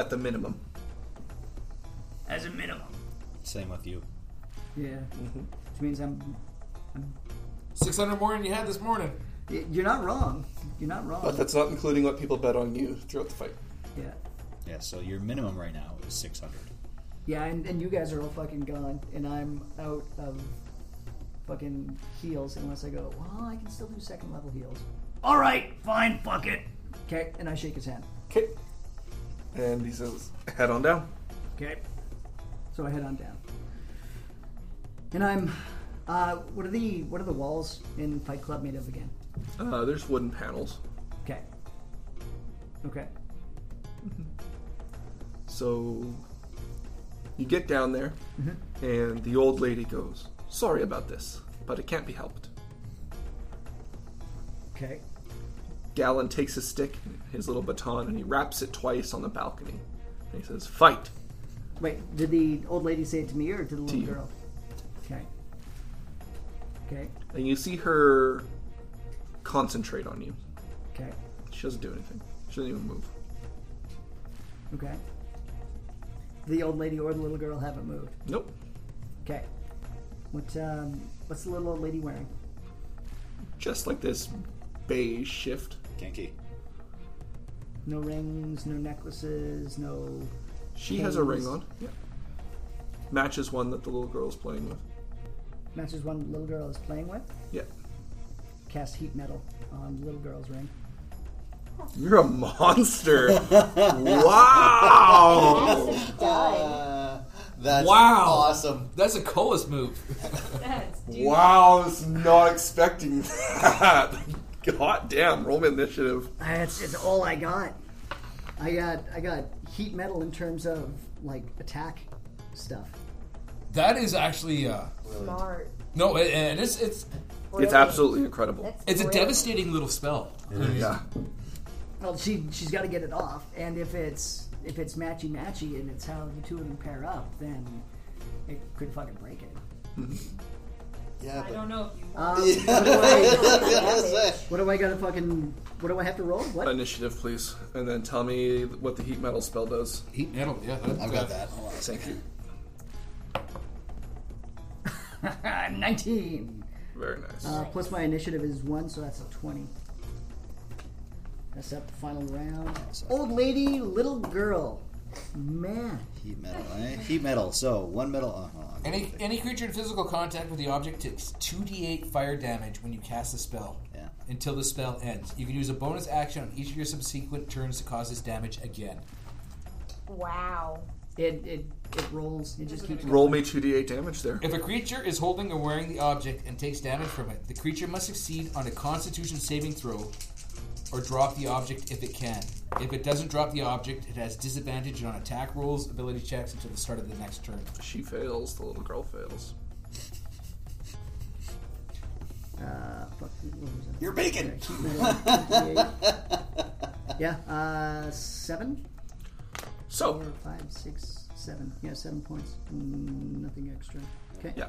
At the minimum.
as a minimum.
Same with you.
yeah. Which means I'm.
Six hundred more than you had this morning.
Y- You're not wrong. You're not wrong.
But that's not including what people bet on you throughout the fight.
Yeah.
Yeah, so your minimum right now is 600.
Yeah, and, and you guys are all fucking gone, and I'm out of fucking heals unless I go, well, I can still do second level heals.
All right, fine, fuck it.
Okay, and I shake his hand.
Okay. And he says, head on down.
Okay. So I head on down. And I'm, uh, what are the, what are the walls in Fight Club made of again?
Uh, there's wooden panels.
Okay. Okay.
So you get down there, and the old lady goes, Sorry about this, but it can't be helped.
Okay.
Gallon takes his stick, his little baton, and he wraps it twice on the balcony. And he says, Fight!
Wait, did the old lady say it to me or to the little
you.
girl? Okay. Okay.
And you see her concentrate on you.
Okay.
She doesn't do anything, she doesn't even move.
Okay. The old lady or the little girl haven't moved.
Nope.
Okay. What um what's the little old lady wearing?
Just like this beige shift.
Genki.
No rings, no necklaces, no
She has a ring
chains.
on. Matches one that the little girl's playing with.
Matches one little girl is playing with.
Yeah.
Cast heat metal on the little girl's ring.
You're a monster! wow!
That's
wow.
awesome.
That's a Colas move.
Wow, I was not expecting that. God damn, roll me initiative.
Ah, That's it's all I got. I got I got heat metal in terms of like attack stuff.
That is actually uh,
Smart.
no, it, it is, it's
It's absolutely incredible.
That's
it's a
brilliant.
devastating little spell.
Yeah.
Well, she she's got to get it off, and if it's if it's matchy matchy and it's how the two of them pair up, then it could fucking break it.
Yeah,
I
but
don't know if you
Um, what, do I,
Yeah.
what do I gotta fucking? What do I have to roll? What?
Initiative, please. And then tell me what the heat metal spell does.
Heat metal, yeah. That, uh,
I've got that. Hold on.
Thank you.
Nineteen.
Very nice.
Uh, plus my initiative is one, so that's a twenty. That's up the final round. Old lady, little girl, man.
Heat metal, eh? Heat metal. So one metal. Uh, hold on.
Any any creature in physical contact with the object takes two d8 fire damage when you cast the spell.
Yeah.
Until the spell ends, you can use a bonus action on each of your subsequent turns to cause this damage again.
Wow.
It it it rolls. It just keeps.
Roll me 2d8 damage there.
If a creature is holding or wearing the object and takes damage from it, the creature must succeed on a Constitution saving throw or drop the object if it can. If it doesn't drop the object, it has disadvantage on attack rolls, ability checks until the start of the next turn.
She fails, the little girl fails.
Uh, fuck. What was that?
You're bacon.
Yeah, uh, seven,
So,
four, five, six, seven. Yeah, seven points. Mm, nothing extra. Okay.
yeah.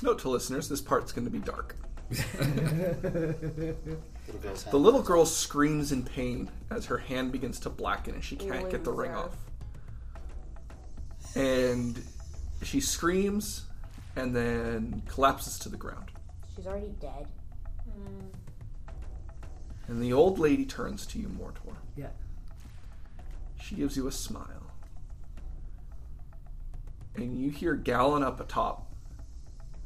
Note to listeners this part's going to be dark. The little girl screams in pain as her hand begins to blacken and she can't get the ring
Loser.
off. And she screams and then collapses to the ground.
She's already dead.
And the old lady turns to you, Mortor.
Yeah.
She gives you a smile. And you hear Gallon up atop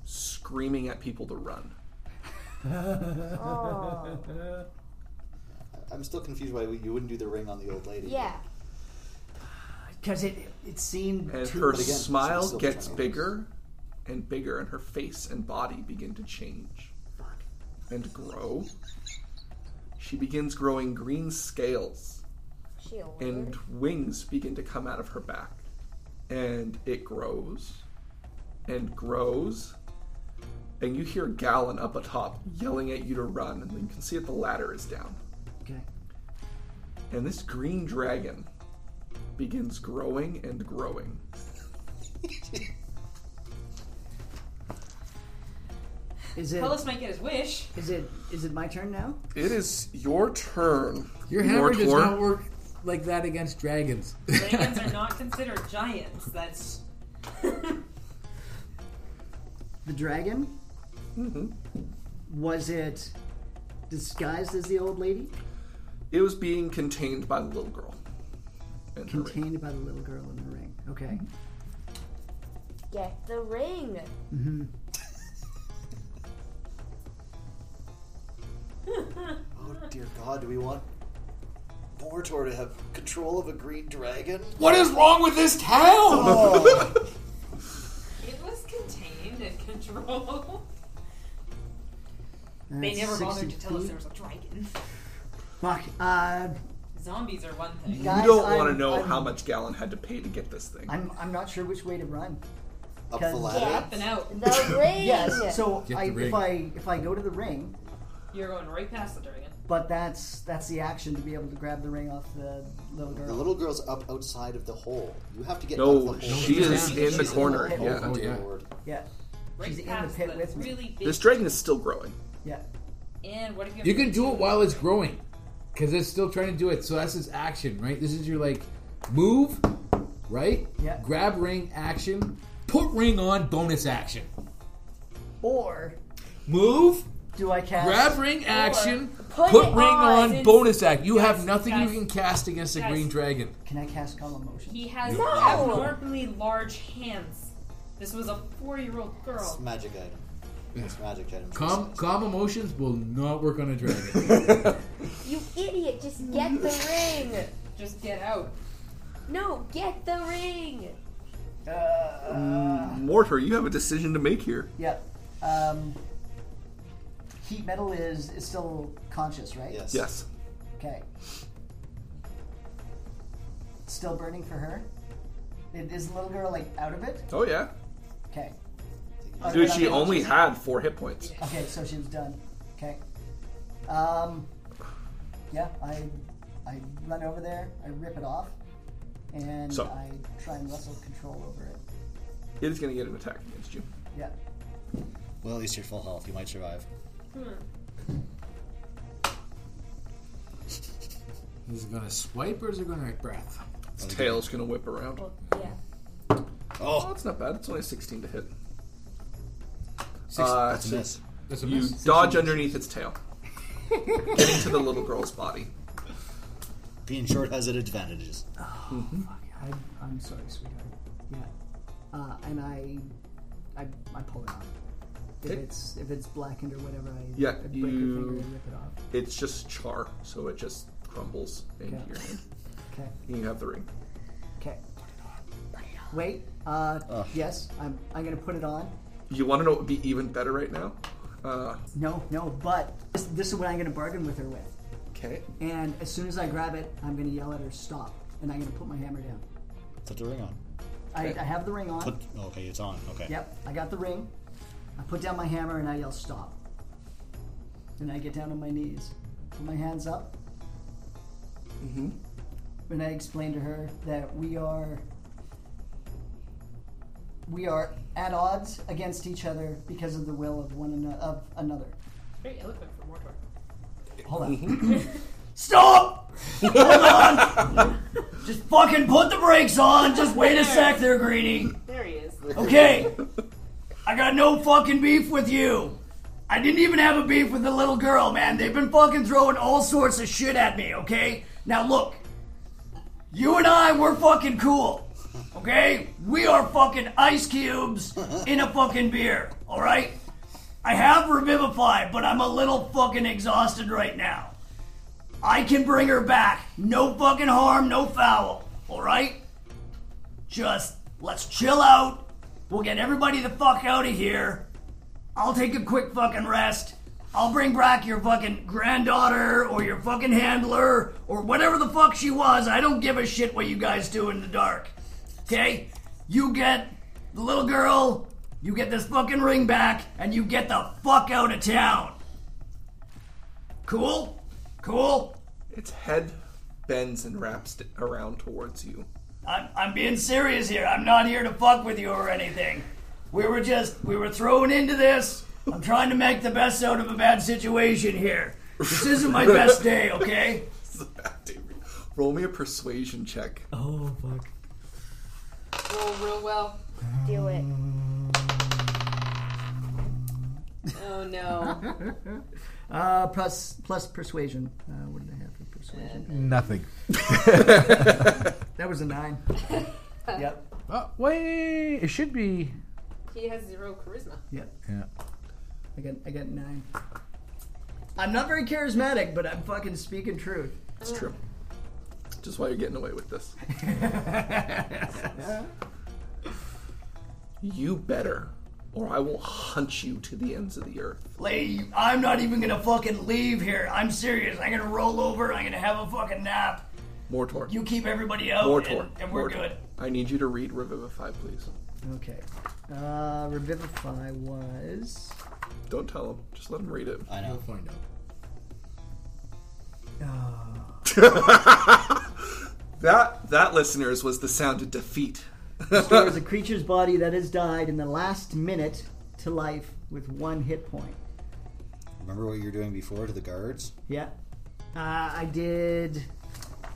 screaming at people to run.
Oh.
I'm still confused why you wouldn't do the ring on the old lady.
yeah.
Because it it seemed
And
too.
her
again,
smile
still
gets
trying.
bigger and bigger, and her face and body begin to change and grow. She begins growing green scales,
Is She a lizard?
and wings begin to come out of her back. And it grows and grows. And you hear Gallon up atop yelling at you to run, and you can see that the ladder is down.
Okay.
And this green dragon begins growing and growing.
Is it
Colas might get his wish.
is it is it my turn now?
It is your turn.
Your hammer does
Mortor.
not work like that against dragons.
Dragons are not considered giants. That's
The dragon
Mm-hmm.
Was it disguised as the old lady?
It was being contained by the little girl. and her ring.
Contained by the little girl in the ring. Okay.
Get the ring.
Mm-hmm.
Oh dear God, do we want Bortor to have control of a green dragon?
What is wrong with this town?
Oh.
It was contained and controlled.
Uh,
they never
60
bothered to tell us
feet.
there was a dragon.
Fuck. Uh,
Zombies are one
You
thing.
Guys,
don't want to
I'm-
know
I'm-
how much Gallon had to pay to get this thing.
I'm I'm not sure which way to run.
Up the
'Cause-
ladder?
Up and out.
The ring.
Yes. So
Get the
I,
ring.
if I if I go to the ring,
You're going right past the dragon.
but that's that's the action to be able to grab the ring off the little girl.
The little girl's up outside of the hole. You have to get out of the
No,
hole.
she is in the
She's
corner.
hole.
Yeah.
Oh, yeah.
Lord.
yeah.
Right
She's in the
past
pit
the
with me.
really big.
This dragon is still growing.
Yeah.
And what if you?
You can do it while it's growing, because it's still trying to do it. So that's his action, right? This is your like move, right?
Yeah.
Grab ring action, put ring on bonus action.
Or
Move,
do I cast?
grab ring action,
put
put,
it
ring
on.
on, bonus act. You
Guys,
have nothing
guys,
you can cast against a
guys.
green dragon.
Can I cast calm emotion?
He has
No.
abnormally large hands. This was a four-year-old
It's a
girl.
magic item. It's a magic item.
Calm, calm emotions will not work on a dragon.
You idiot! Just get the ring.
Just get out.
No, get the ring.
Mortar, you have a decision to make here.
Uh, Yeah. Um, heat metal is is still conscious, right?
Yes.
Yes.
Okay. Still burning for her. It, is the little girl like out of it?
Oh yeah.
Okay.
Dude, she only had four hit points.
Okay, so she was done. Okay. Um. Yeah, I I run over there. I rip it off, and
So-
I try and wrestle control over it.
It is going to get an attack against you.
Yeah.
Well, at least you're full health. You might survive.
is it gonna swipe or is it gonna breath?
Its tail's going to whip around.
Well, yeah.
Oh, it's not bad. It's only 16 to hit.
Six-
Uh,
That's a miss.
That's a
you
miss.
dodge underneath its tail, get into the little girl's body.
Being short has its advantages.
I, I'm sorry, sweetheart. Yeah. Uh, and I, I I pull it off. If
Okay.
it's if it's blackened or whatever, I
Yeah,
I break her
you-
finger and rip it off.
It's just char, so it just crumbles into
Yeah.
your hand.
Okay.
You have the ring.
Okay. Wait. Uh,
Ugh.
yes, I'm. I'm gonna put it on.
You want to know what would be even better right now? Uh,
No, no. But this, this is what I'm gonna bargain with her with.
okay.
And as soon as I grab it, I'm gonna yell at her, "Stop!" And I'm gonna put my hammer down.
Put the ring on.
I,
Okay.
I have the ring on.
Put. Okay, it's on. Okay.
Yep, I got the ring. I put down my hammer and I yell, "Stop!" And I get down on my knees, put my hands up,
Mm-hmm.
and I explain to her that we are we are at odds against each other because of the will of one ano- of another.
Very eloquent for Mortor.
Hold on. Stop! Hold on! Just fucking put the brakes on! Just wait a sec there, Greenie!
There he is.
Okay! I got no fucking beef with you! I didn't even have a beef with the little girl, man. They've been fucking throwing all sorts of shit at me, okay? Now look, you and I, we're fucking cool, okay? We are fucking ice cubes in a fucking beer, alright? I have Revivify, but I'm a little fucking exhausted right now. I can bring her back. No fucking harm, no foul. All right? Just let's chill out. We'll get everybody the fuck out of here. I'll take a quick fucking rest. I'll bring back your fucking granddaughter or your fucking handler or whatever the fuck she was. I don't give a shit what you guys do in the dark. Okay? You get the little girl, you get this fucking ring back, and you get the fuck out of town. Cool? Cool?
Its head bends and wraps it around towards you.
I'm, I'm being serious here. I'm not here to fuck with you or anything. We were just, we were thrown into this. I'm trying to make the best out of a bad situation here. This isn't my best day, okay?
Roll me a persuasion check.
Oh, fuck.
Roll real well.
Do it.
Oh no.
Uh, plus plus persuasion. Uh, what did I have for persuasion?
Uh, Nothing.
that was a nine. Yep.
Oh, wait, it should be.
He has zero charisma.
Yep.
Yeah.
I got I got nine. I'm not very charismatic, but I'm fucking speaking truth.
It's true. Just why you're getting away with this. you better, or I will hunt you to the ends of the earth.
Lady, I'm not even gonna fucking leave here. I'm serious. I'm gonna roll over. I'm gonna have a fucking nap.
Mortor.
You keep everybody out,
Mortor.
and, and we're
Mortor.
good.
I need you to read Revivify, please.
Okay. Uh, revivify was.
Don't tell him. Just let him read it.
I know. You'll
find
uh,
out. that that listeners was the sound of defeat.
Uh.
Restores a creature's body that has died in the last minute to life with one hit point.
Remember what you were doing before to the guards?
Yeah. Uh, I did.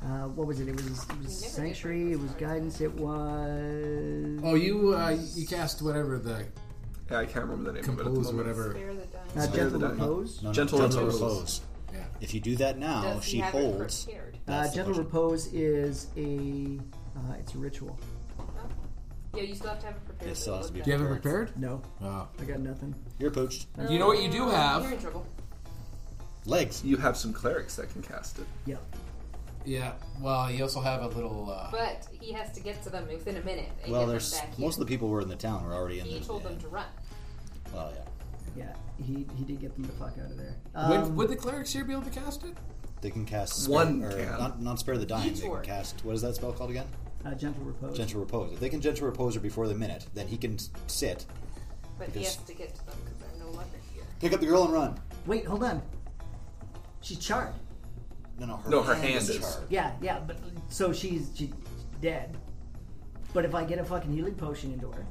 Uh, what was it? It was, it was sanctuary. It was guidance. It was.
Oh, you uh, you cast whatever the.
Yeah, I can't remember the name
compose
of it. at the moment.
whatever.
Uh,
No,
gentle
no, no,
repose?
no, no,
Gentle repose.
Yeah.
If you do that now,
Does he
Oh, she
have it
holds.
prepared?
Uh,
That's the
gentle
motion.
repose is a. Uh, it's a ritual.
Yeah, you still have to have it prepared.
It still has to be
Do you have it prepared?
No.
Ah.
Oh.
I got nothing.
You're poached.
You know what you do have?
You're in trouble.
Legs.
You have some clerics that can cast it.
Yeah.
Yeah. Well, you also have a little. Uh,
But he has to get to them within a minute. And
Well,
get
there's
them back
most of the people who were in the town were already in
He
the.
told them to run.
Well, yeah,
Yeah. He he did get them the fuck out of there. Um,
would, would the clerics here be able to cast it?
they can cast spare,
One
or
can.
Not, not spare the dying. They can
Detour.
cast what is that spell called again?
uh, gentle repose.
Gentle repose. If they can gentle repose her before the minute, then he can s- sit,
But he
Because-
has to get to them because they're no longer here.
pick up the girl, and run.
Wait, hold on. She's charred.
No, no, her
No, her
hand,
hand
is,
is.
charred.
Yeah, yeah, but so she's she's dead. But if I get a fucking healing potion into her,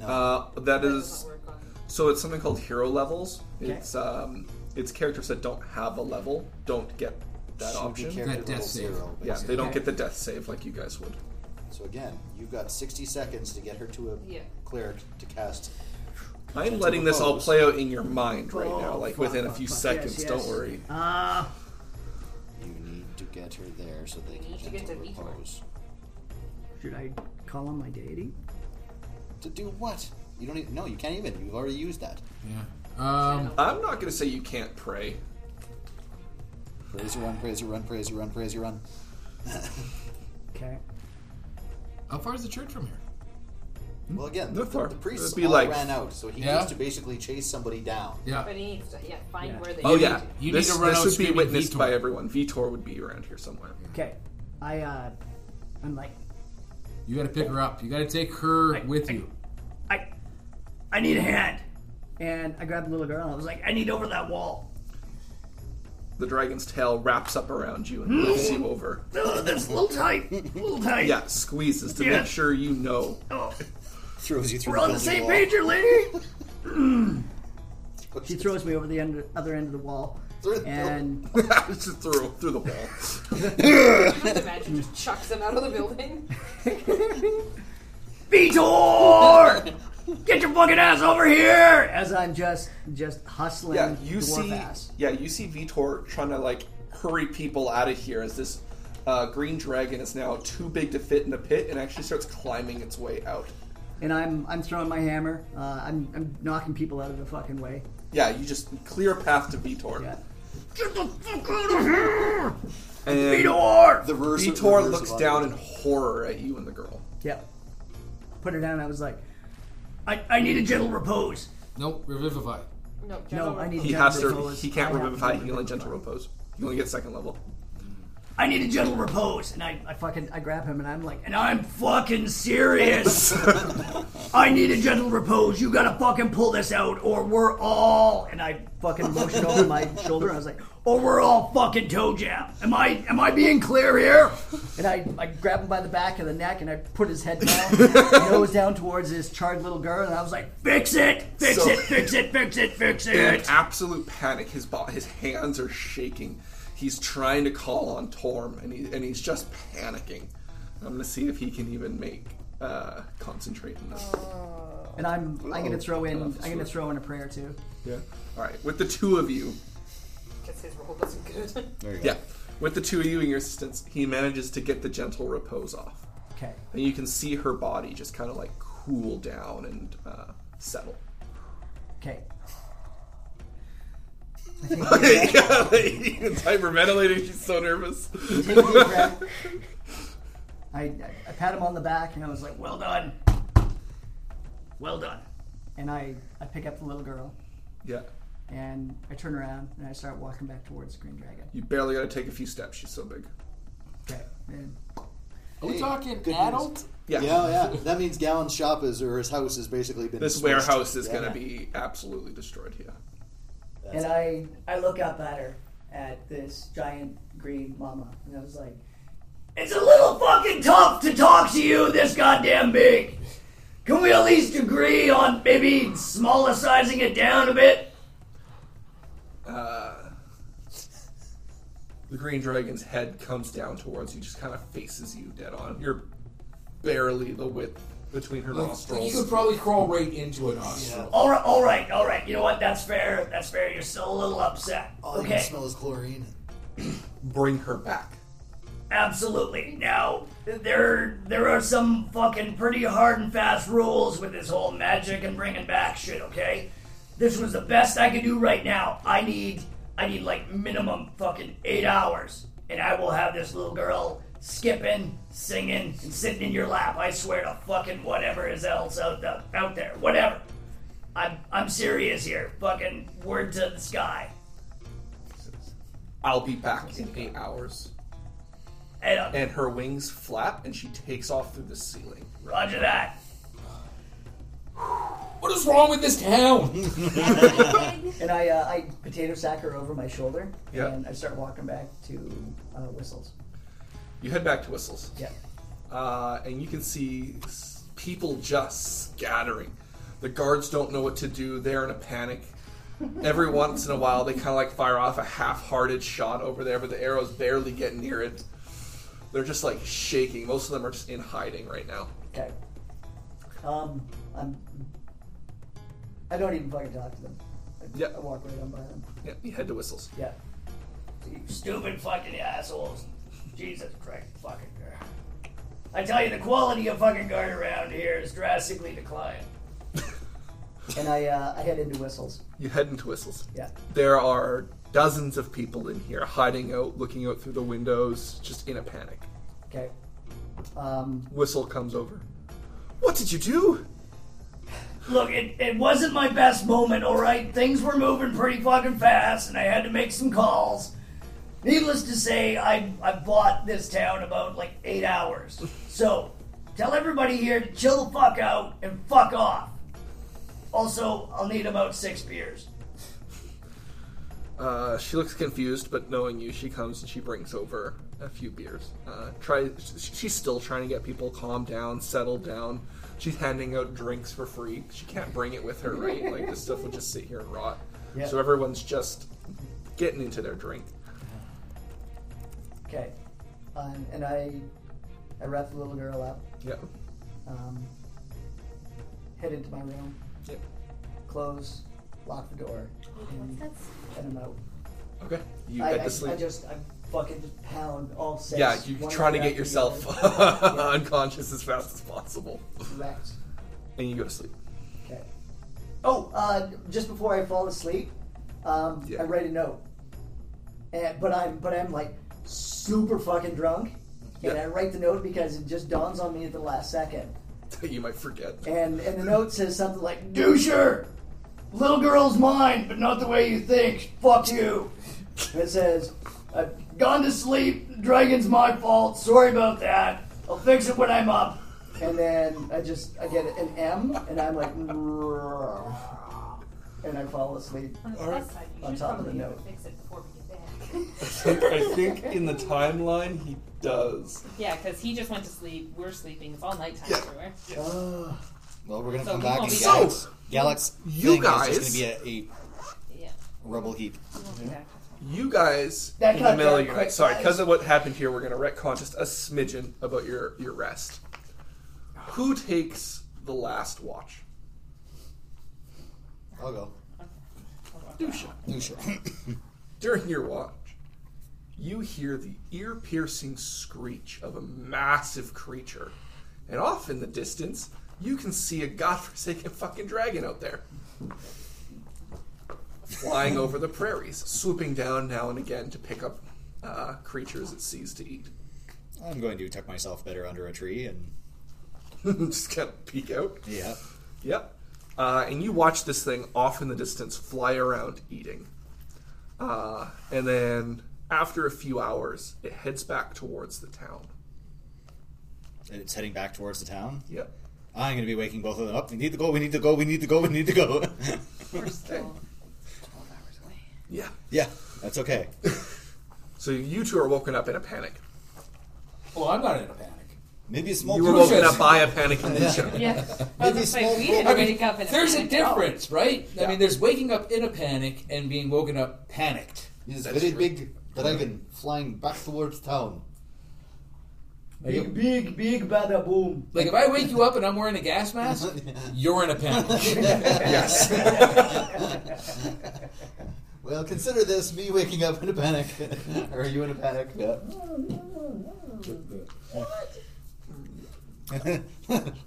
Uh, that is.
Work on
So it's something called hero levels.
Okay.
It's um, it's characters that don't have a level don't get that
She would be
option.
character
That death
level
save.
zero,
Yeah, they don't
Okay.
get the death save like you guys would.
So again, you've got 60 seconds to get her to a
Yeah.
cleric to cast.
I'm
Gentle
letting this all
repose.
play out in your mind right
Oh,
now, like
fuck,
within a
fuck,
few
fuck.
seconds.
Yes,
Don't
yes.
worry.
uh,
Ah. You need to get her there so they
We
can
need to get
gentle
to Vitor.
repose.
should I call on my deity?
To do what? You don't even. No, you can't even. You've already used that.
yeah. Um,
I'm not gonna say you can't pray.
Praise her, run, praise her, run, praise her, run, praise her, run.
Okay.
how far is the church from here?
Well, again, the,
Not far.
the priests
It'd be
all
like-
ran out, so he
Yeah.
needs to basically chase somebody down.
But he needs to yeah, find
Yeah.
where they
Oh
need
yeah,
to.
you need
this,
to run
this
out
would be
screaming
witnessed
Vitor.
by everyone. Vitor would be around here somewhere.
Okay. I uh, I'm like,
You got to pick her up. You got to take her with you.
I, I need a hand.
and I grabbed the little girl. and I was like,
I need over that wall.
The dragon's tail wraps up around you and lifts you over.
Ugh, that's a little tight. A little tight.
Yeah, squeezes to
Yeah.
make sure you know.
Oh,
Throws you through
we're on the
building
same
wall.
page here, lady.
she throws me over the end, other end of the wall,
Through the
and
Just through through the wall.
Just imagine just chucks them out of the building.
Vitor, get your fucking ass over here.
as I'm just just hustling
Yeah, you
dwarf
see.
ass.
Yeah, you see Vitor trying to like hurry people out of here as this uh, green dragon is now too big to fit in the pit and actually starts climbing its way out.
and I'm I'm throwing my hammer. Uh, I'm I'm knocking people out of the fucking way.
Yeah, you just clear a path to Vitor.
Yeah.
Get the fuck out of here,
And
Vitor.
The reverse of-
Vitor
reverse
looks
of
down in
audio.
horror at you and the girl.
Yep. Put her down. I was like,
I, I need a gentle repose.
Nope, revivify.
No,
no,
General
I need.
He
gentle
has to.
repose.
He can't
I have
revivify.
to
He can only gentle
repose.
repose. He only gets second level.
I need a gentle repose. And I,
I fucking I grab him and I'm like,
and I'm fucking serious. I need a gentle repose. You gotta fucking pull this out, or we're all. And I
fucking motion over my shoulder. I was like,
or we're all fucking toe jam. Am I am I being clear here?
and I, I grab him by the back of the neck and I put his head down, nose down towards this charred little girl, and I was like,
Fix it, fix
So-
it, fix it, fix it, fix
in
it.
absolute panic. His bo- his hands are shaking. He's trying to call on Torm, and he and he's just panicking. I'm gonna see if he can even make uh, concentrate on this.
Oh,
And I'm I'm gonna throw in I'm
That's
gonna
right.
throw in a prayer too.
Yeah. All right. With the two of you,
Because his roll wasn't good.
There
Yeah. With the two of you and your assistants, he manages to get the gentle repose off.
Okay.
And you can see her body just kind of like cool down and uh, settle.
Okay.
Okay, yeah, like, It's hyperventilating. She's so nervous.
I take a deep breath. I, I, I pat him on the back and I was like, well done. Well done. And I, I pick up the little girl
Yeah.
and I turn around and I start walking back towards Green Dragon.
You barely got to take a few steps. She's so big.
Okay. And
Are we
Hey,
talking
good news.
adult?
Yeah.
yeah, yeah. That means Gallon's shop is or his house has basically been.
This
dispersed.
warehouse is
Yeah.
going to be absolutely destroyed. Yeah.
and I, I look up at her, at this giant green llama, and I was like,
It's a little fucking tough to talk to you this goddamn big. Can we at least agree on maybe smaller sizing it down a bit?
Uh, the green dragon's head comes down towards you, just kind of faces you dead on. You're barely the width between her nostrils.
You could probably crawl right into a nostril.
All right, all right, all right. You know what? That's fair. That's fair. You're still a little upset.
All you
okay.
can smell is chlorine.
Bring her back.
Absolutely. Now, there there are some fucking pretty hard and fast rules with this whole magic and bringing back shit. Okay. This was the best I could do right now. I need I need like minimum fucking eight hours, and I will have this little girl skipping, singing, and sitting in your lap. I swear to fucking whatever is else out the, out there, whatever. I'm I'm serious here. Fucking word to the sky.
I'll be back in eight hours.
And,
her wings flap, and she takes off through the ceiling.
Roger that.
What is wrong with this town?
and I, uh, I potato sack her over my shoulder,
Yeah.
and I start walking back to uh, Whistles.
You head back to Whistles.
Yeah.
Uh, and you can see s- people just scattering. The guards don't know what to do. They're in a panic. Every once in a while, they kind of like fire off a half-hearted shot over there, but the arrows barely get near it. They're just like shaking. Most of them are just in hiding right now.
Okay. Um, I'm. I don't even fucking talk to them. I,
Yeah.
I walk right on by them.
Yeah, you head to Whistles.
Yeah.
You stupid fucking assholes. Jesus Christ, fucking girl. I tell you, the quality of fucking guard around here is drastically declined.
And I, uh, I head into Whistles.
You head into Whistles.
Yeah.
There are dozens of people in here hiding out, looking out through the windows, just in a panic.
Okay. Um,
Whistle comes over. What did you do?
Look, it, it wasn't my best moment, alright? Things were moving pretty fucking fast, and I had to make some calls. Needless to say, I, I bought this town about like eight hours. So, tell everybody here to chill the fuck out and fuck off. Also, I'll need about six beers.
Uh, she looks confused, but knowing you, she comes and she brings over a few beers. Uh, try. sh- She's still trying to get people calmed down, settled down. She's handing out drinks for free. She can't bring it with her, right? Like this stuff will just sit here and rot.
Yeah.
So everyone's just getting into their drink.
okay. Um, and I, I wrap the little girl up.
Yeah.
Um, head into my room.
Yep.
Close. Lock the door. And, and I'm out.
Okay. You
I,
head
I,
to sleep.
I just I fucking just pound all six.
yeah, you
one
trying to
after
get
the
yourself
other.
unconscious as fast as possible,
Correct.
and you go to sleep.
Okay. Oh, uh, just before I fall asleep, um,
Yeah.
I write a note. And, but I'm but I'm like super fucking drunk, and
Yeah.
I write the note because it just dawns on me at the last second.
you might forget.
And and the note says something like
Doucher! Little girl's mine, but not the way you think. Fuck you.
And it says,
I've gone to sleep. Dragon's my fault. Sorry about that. I'll fix it when I'm up.
and then I just I get an M, and I'm like, and I fall asleep. On top of the note.
Fix it before we get back.
I think in the timeline he does.
yeah, because he just went to sleep. We're sleeping. It's all nighttime everywhere.
Oh.
Well, we're gonna
So
come
we
back
won't
and
be
Galax.
back.
Galax,
You
thing is just
guys-
gonna be
Yeah.
a, a rubble heap.
You guys
That
in the
got
middle
dark
of your
quick,
night. Sorry,
guys.
because of what happened here, we're gonna retcon just a smidgen about your your rest. Who takes the last watch?
I'll go.
Lucia. During your watch, you hear the ear piercing screech of a massive creature. And off in the distance, you can see a godforsaken fucking dragon out there. Flying over the prairies, swooping down now and again to pick up uh, creatures it sees to eat.
I'm going to tuck myself better under a tree and
Just kind of peek out.
yeah.
Yep. Uh, and you watch this thing off in the distance fly around eating. Uh, and then after a few hours, it heads back towards the town.
And It's heading back towards the town.
Yep.
I'm going to be waking both of them up. We need to go. We need to go. We need to go. We need to go.
We're still.
Yeah.
yeah, that's okay.
So you two are woken up in a panic.
Well, I'm not in a panic.
Maybe a small.
You were
creature-
woken up by a panic in the show.
Yeah.
Maybe a small.
we didn't
I mean,
wake up in a
there's a
panic at all.
difference, right? I mean, there's waking up in a panic and being woken up panicked.
This
That's
very
true.
big dragon flying back towards town.
Like,
Big, big bada boom.
like if I wake you up and I'm wearing a gas mask, you're in a panic.
yes.
Well, consider this me waking up in a panic. Are you in a panic? Yeah. Let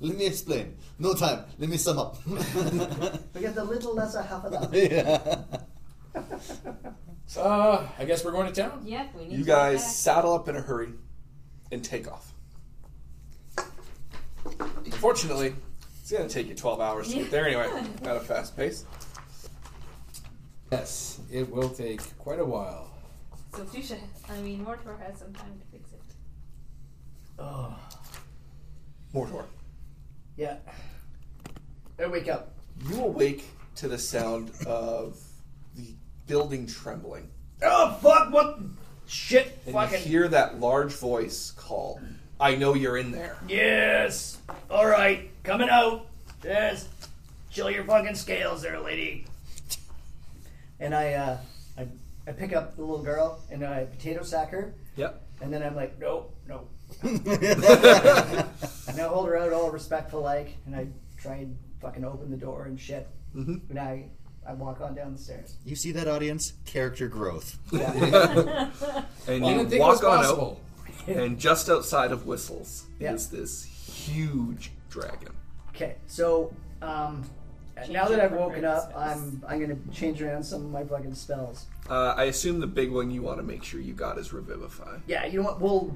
me explain. No time. Let me sum up.
We get a little less of half of that.
yeah.
uh, I guess we're going to town.
Yep, we need
You
to get
guys
back.
saddle up in a hurry and take off. Unfortunately, it's going to take you 12 hours to get there anyway. Not a fast pace.
Yes, it will take quite a while.
So Fuchsia, I mean, Mortor has some time to fix it.
Oh,
Mordor.
yeah. I wake up.
You awake to the sound of the building trembling.
Oh, fuck, what? Shit,
And you
fucking.
hear that large voice call, I know you're in there.
Yes. All right, coming out. Yes. Chill your fucking scales there, lady. And I, uh, I, I pick up the little girl and I potato sack her,
Yep.
and then I'm like, no, no. and I hold her out all respectful like, and I try and fucking open the door and shit.
Mhm.
And I, I walk on down the stairs.
You see that audience? Character growth.
And
I
you
didn't think it was
walk on out,
possible.
and just outside of Whistles
Yeah.
is this huge dragon.
Okay, so um, now that I've woken up, I'm I'm gonna change around some of my fucking spells.
Uh, I assume the big one you want to make sure you got is Revivify.
Yeah, you know what? We'll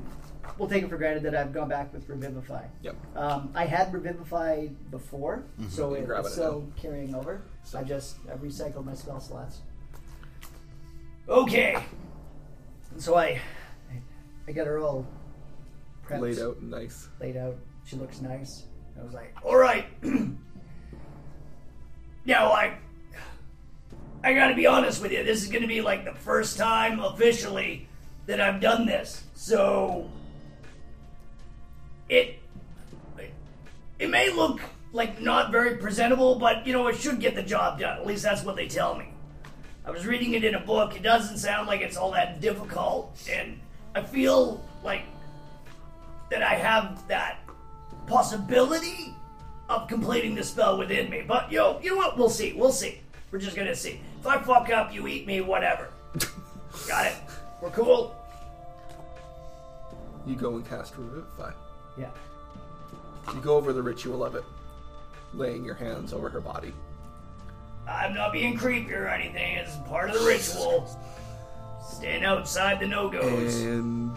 we'll take it for granted that I've gone back with revivify.
Yep. Mm-hmm.
Um, I had revivify before, so
You
it,
grab it
it's still carrying over. I just I recycled my spell slots. Okay. And so I I, I got her all prepped,
Laid out and nice.
Laid out. She looks nice. I was like, all right. now I I gotta be honest with you. This is gonna be like the first time officially that I've done this. So it it may look like not very presentable, but you know it should get the job done. At least that's what they tell me. I was reading it in a book. It doesn't sound like it's all that difficult, and I feel like that I have that possibility of completing the spell within me. But yo, you know what? We'll see. We'll see. We're just gonna see. If I fuck up, you eat me, whatever. Got it. We're cool.
You go and cast Revivify.
Yeah.
You go over the ritual of it, laying your hands over her body.
I'm not being creepy or anything. It's part of the ritual. Stand outside the no goes.
Eh. And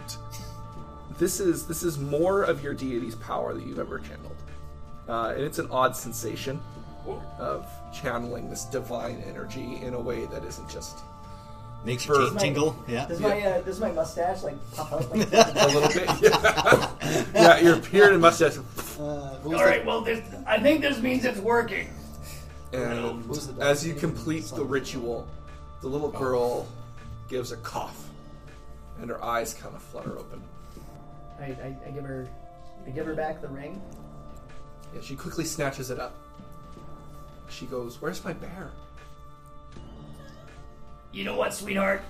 this is this is more of your deity's power that you've ever channeled, uh, and it's an odd sensation of channeling this divine energy in a way that isn't just
Makes your
Burp.
teeth tingle. Yeah.
Does my uh, does my mustache like puff out? Like,
a little bit. Yeah, yeah your beard and mustache.
Uh, who's
all right, well, this, I think this means it's working.
And as you complete the ritual, the little girl gives a cough, and her eyes kind of flutter open.
I, I, I give her I give her back the ring.
Yeah, she quickly snatches it up. She goes, "Where's my bear?"
You know what, sweetheart?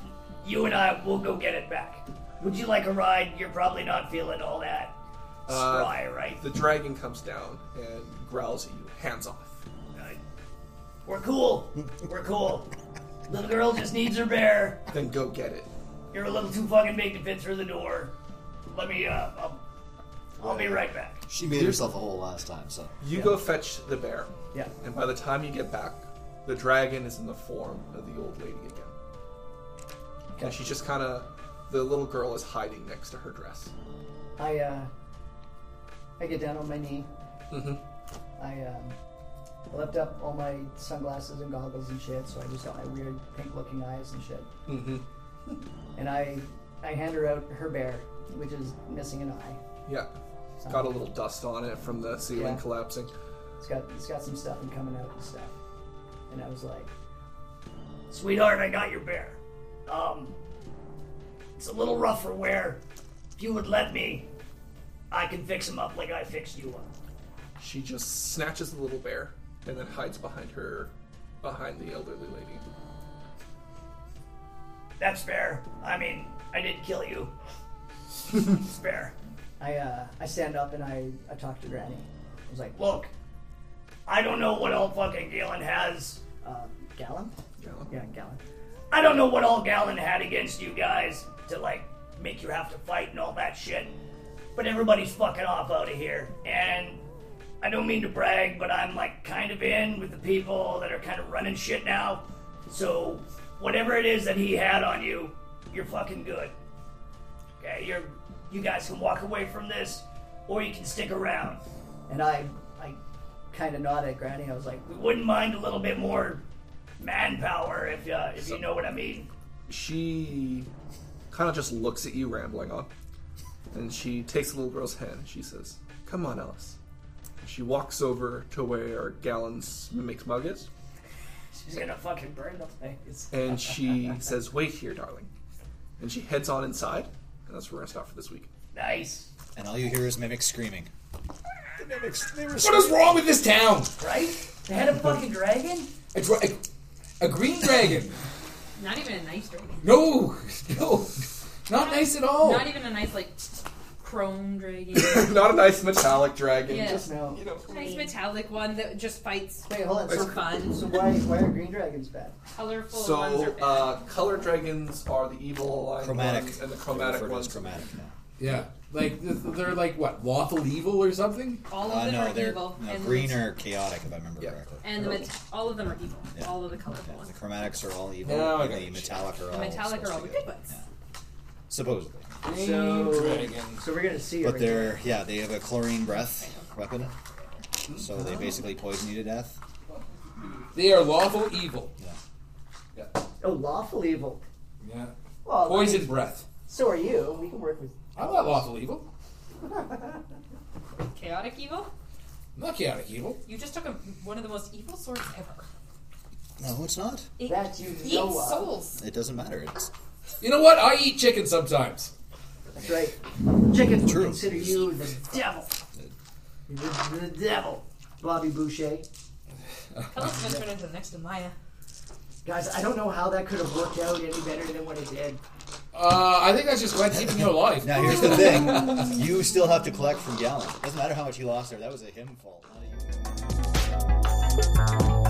You and I will go get it back. Would you like a ride? You're probably not feeling all that
Uh,
spry, right?
The dragon comes down and growls at you, hands off.
I- Uh, We're cool. We're cool. Little girl just needs her bear.
Then go get it.
You're a little too fucking big to fit through the door. Let me, uh, I'll, I'll be right back.
She made herself a hole last time, so.
You go fetch the bear.
Yeah.
And by the time you get back, the dragon is in the form of the old lady again. And she's just kind of. The little girl is hiding next to her dress.
I uh, I get down on my knee.
Mm-hmm.
I um, I left up all my sunglasses and goggles and shit, so I just got my weird pink-looking eyes and shit.
Mm-hmm.
And I I hand her out her bear, which is missing an eye.
Yeah. It's got a little dust on it from the ceiling
Yeah.
collapsing.
It's got it's got some stuff and coming out and stuff. And I was like,
Sweetheart, I got your bear. Um, it's a little rough for wear. If you would let me, I can fix him up like I fixed you up.
She just snatches the little bear and then hides behind her, behind the elderly lady.
That's fair. I mean, I didn't kill you. it's fair.
I uh, I stand up and I I talk to Granny. I was like,
Look, I don't know what all fucking Galen has.
um, Gallon?
Gallon.
Yeah, Gallon.
I don't know what all Galen had against you guys to like make you have to fight and all that shit. But everybody's fucking off out of here. And I don't mean to brag, but I'm like kind of in with the people that are kind of running shit now. So whatever it is that he had on you, you're fucking good. Okay, you're you guys can walk away from this, or you can stick around.
And I I kind of nod at Granny. I was like,
We wouldn't mind a little bit more manpower if uh, if you know what I mean.
She kind of just looks at you rambling on, and she takes the little girl's hand. and She says, "Come on, Alice." And she walks over to where Gallon's mimic mug is,
She's gonna fucking burn the place.
and she says, "Wait here, darling." And she heads on inside, and that's where we're gonna stop for this week.
Nice.
And all you hear is mimics screaming.
What is wrong with this town?
Right? They had a fucking dragon?
A, dra- a, a green dragon.
Not even a nice dragon.
No, no, not nice at all.
Not even a nice like chrome dragon.
Not a nice metallic dragon.
yeah.
Just
nice metallic one that just fights
Wait, hold on.
for
So,
fun.
so why why are green dragons bad?
Colorful ones are
so,
bad.
uh, color dragons are the evil aligned
Chromatic.
ones, and the
They're
chromatic
referred to as
ones.
Chromatic now.
Yeah, like th- they're like what lawful evil or something.
all of
Uh,
them
no,
are
they're
evil.
no,
and
green or chaotic, if I remember
Yeah.
correctly.
and the met- all of them are evil. All of the colorful ones.
The chromatics are all evil.
Now I
and
got
the
it.
metallic are
The
all
metallic are all the
supposed to
good ones.
be- supposedly.
So,
dragon.
so we're gonna see.
But
her
they're yeah, they have a chlorine breath weapon, so
Oh.
they basically poison you to death.
They are lawful evil.
Oh, lawful evil.
Yeah.
Well, I
Poison
mean,
breath.
So are you. We can work with.
I'm not lawful evil.
Chaotic evil.
I'm not chaotic evil.
You just took a, one of the most evil swords ever.
No, it's not.
It
That you
eats
know of.
souls.
It doesn't matter. It's
You know what? I eat chicken sometimes.
That's right. Chicken would
True.
consider you the devil. The, the devil, Bobby Boucher.
Kelly's gonna turn into the next Amaya.
Guys, I don't know how that could have worked out any better than what it did.
Uh, I think that's just glad keeping you alive.
now. Here's the thing: you still have to collect from Gallon. Doesn't matter how much you lost there. That was a him fault. Not a you.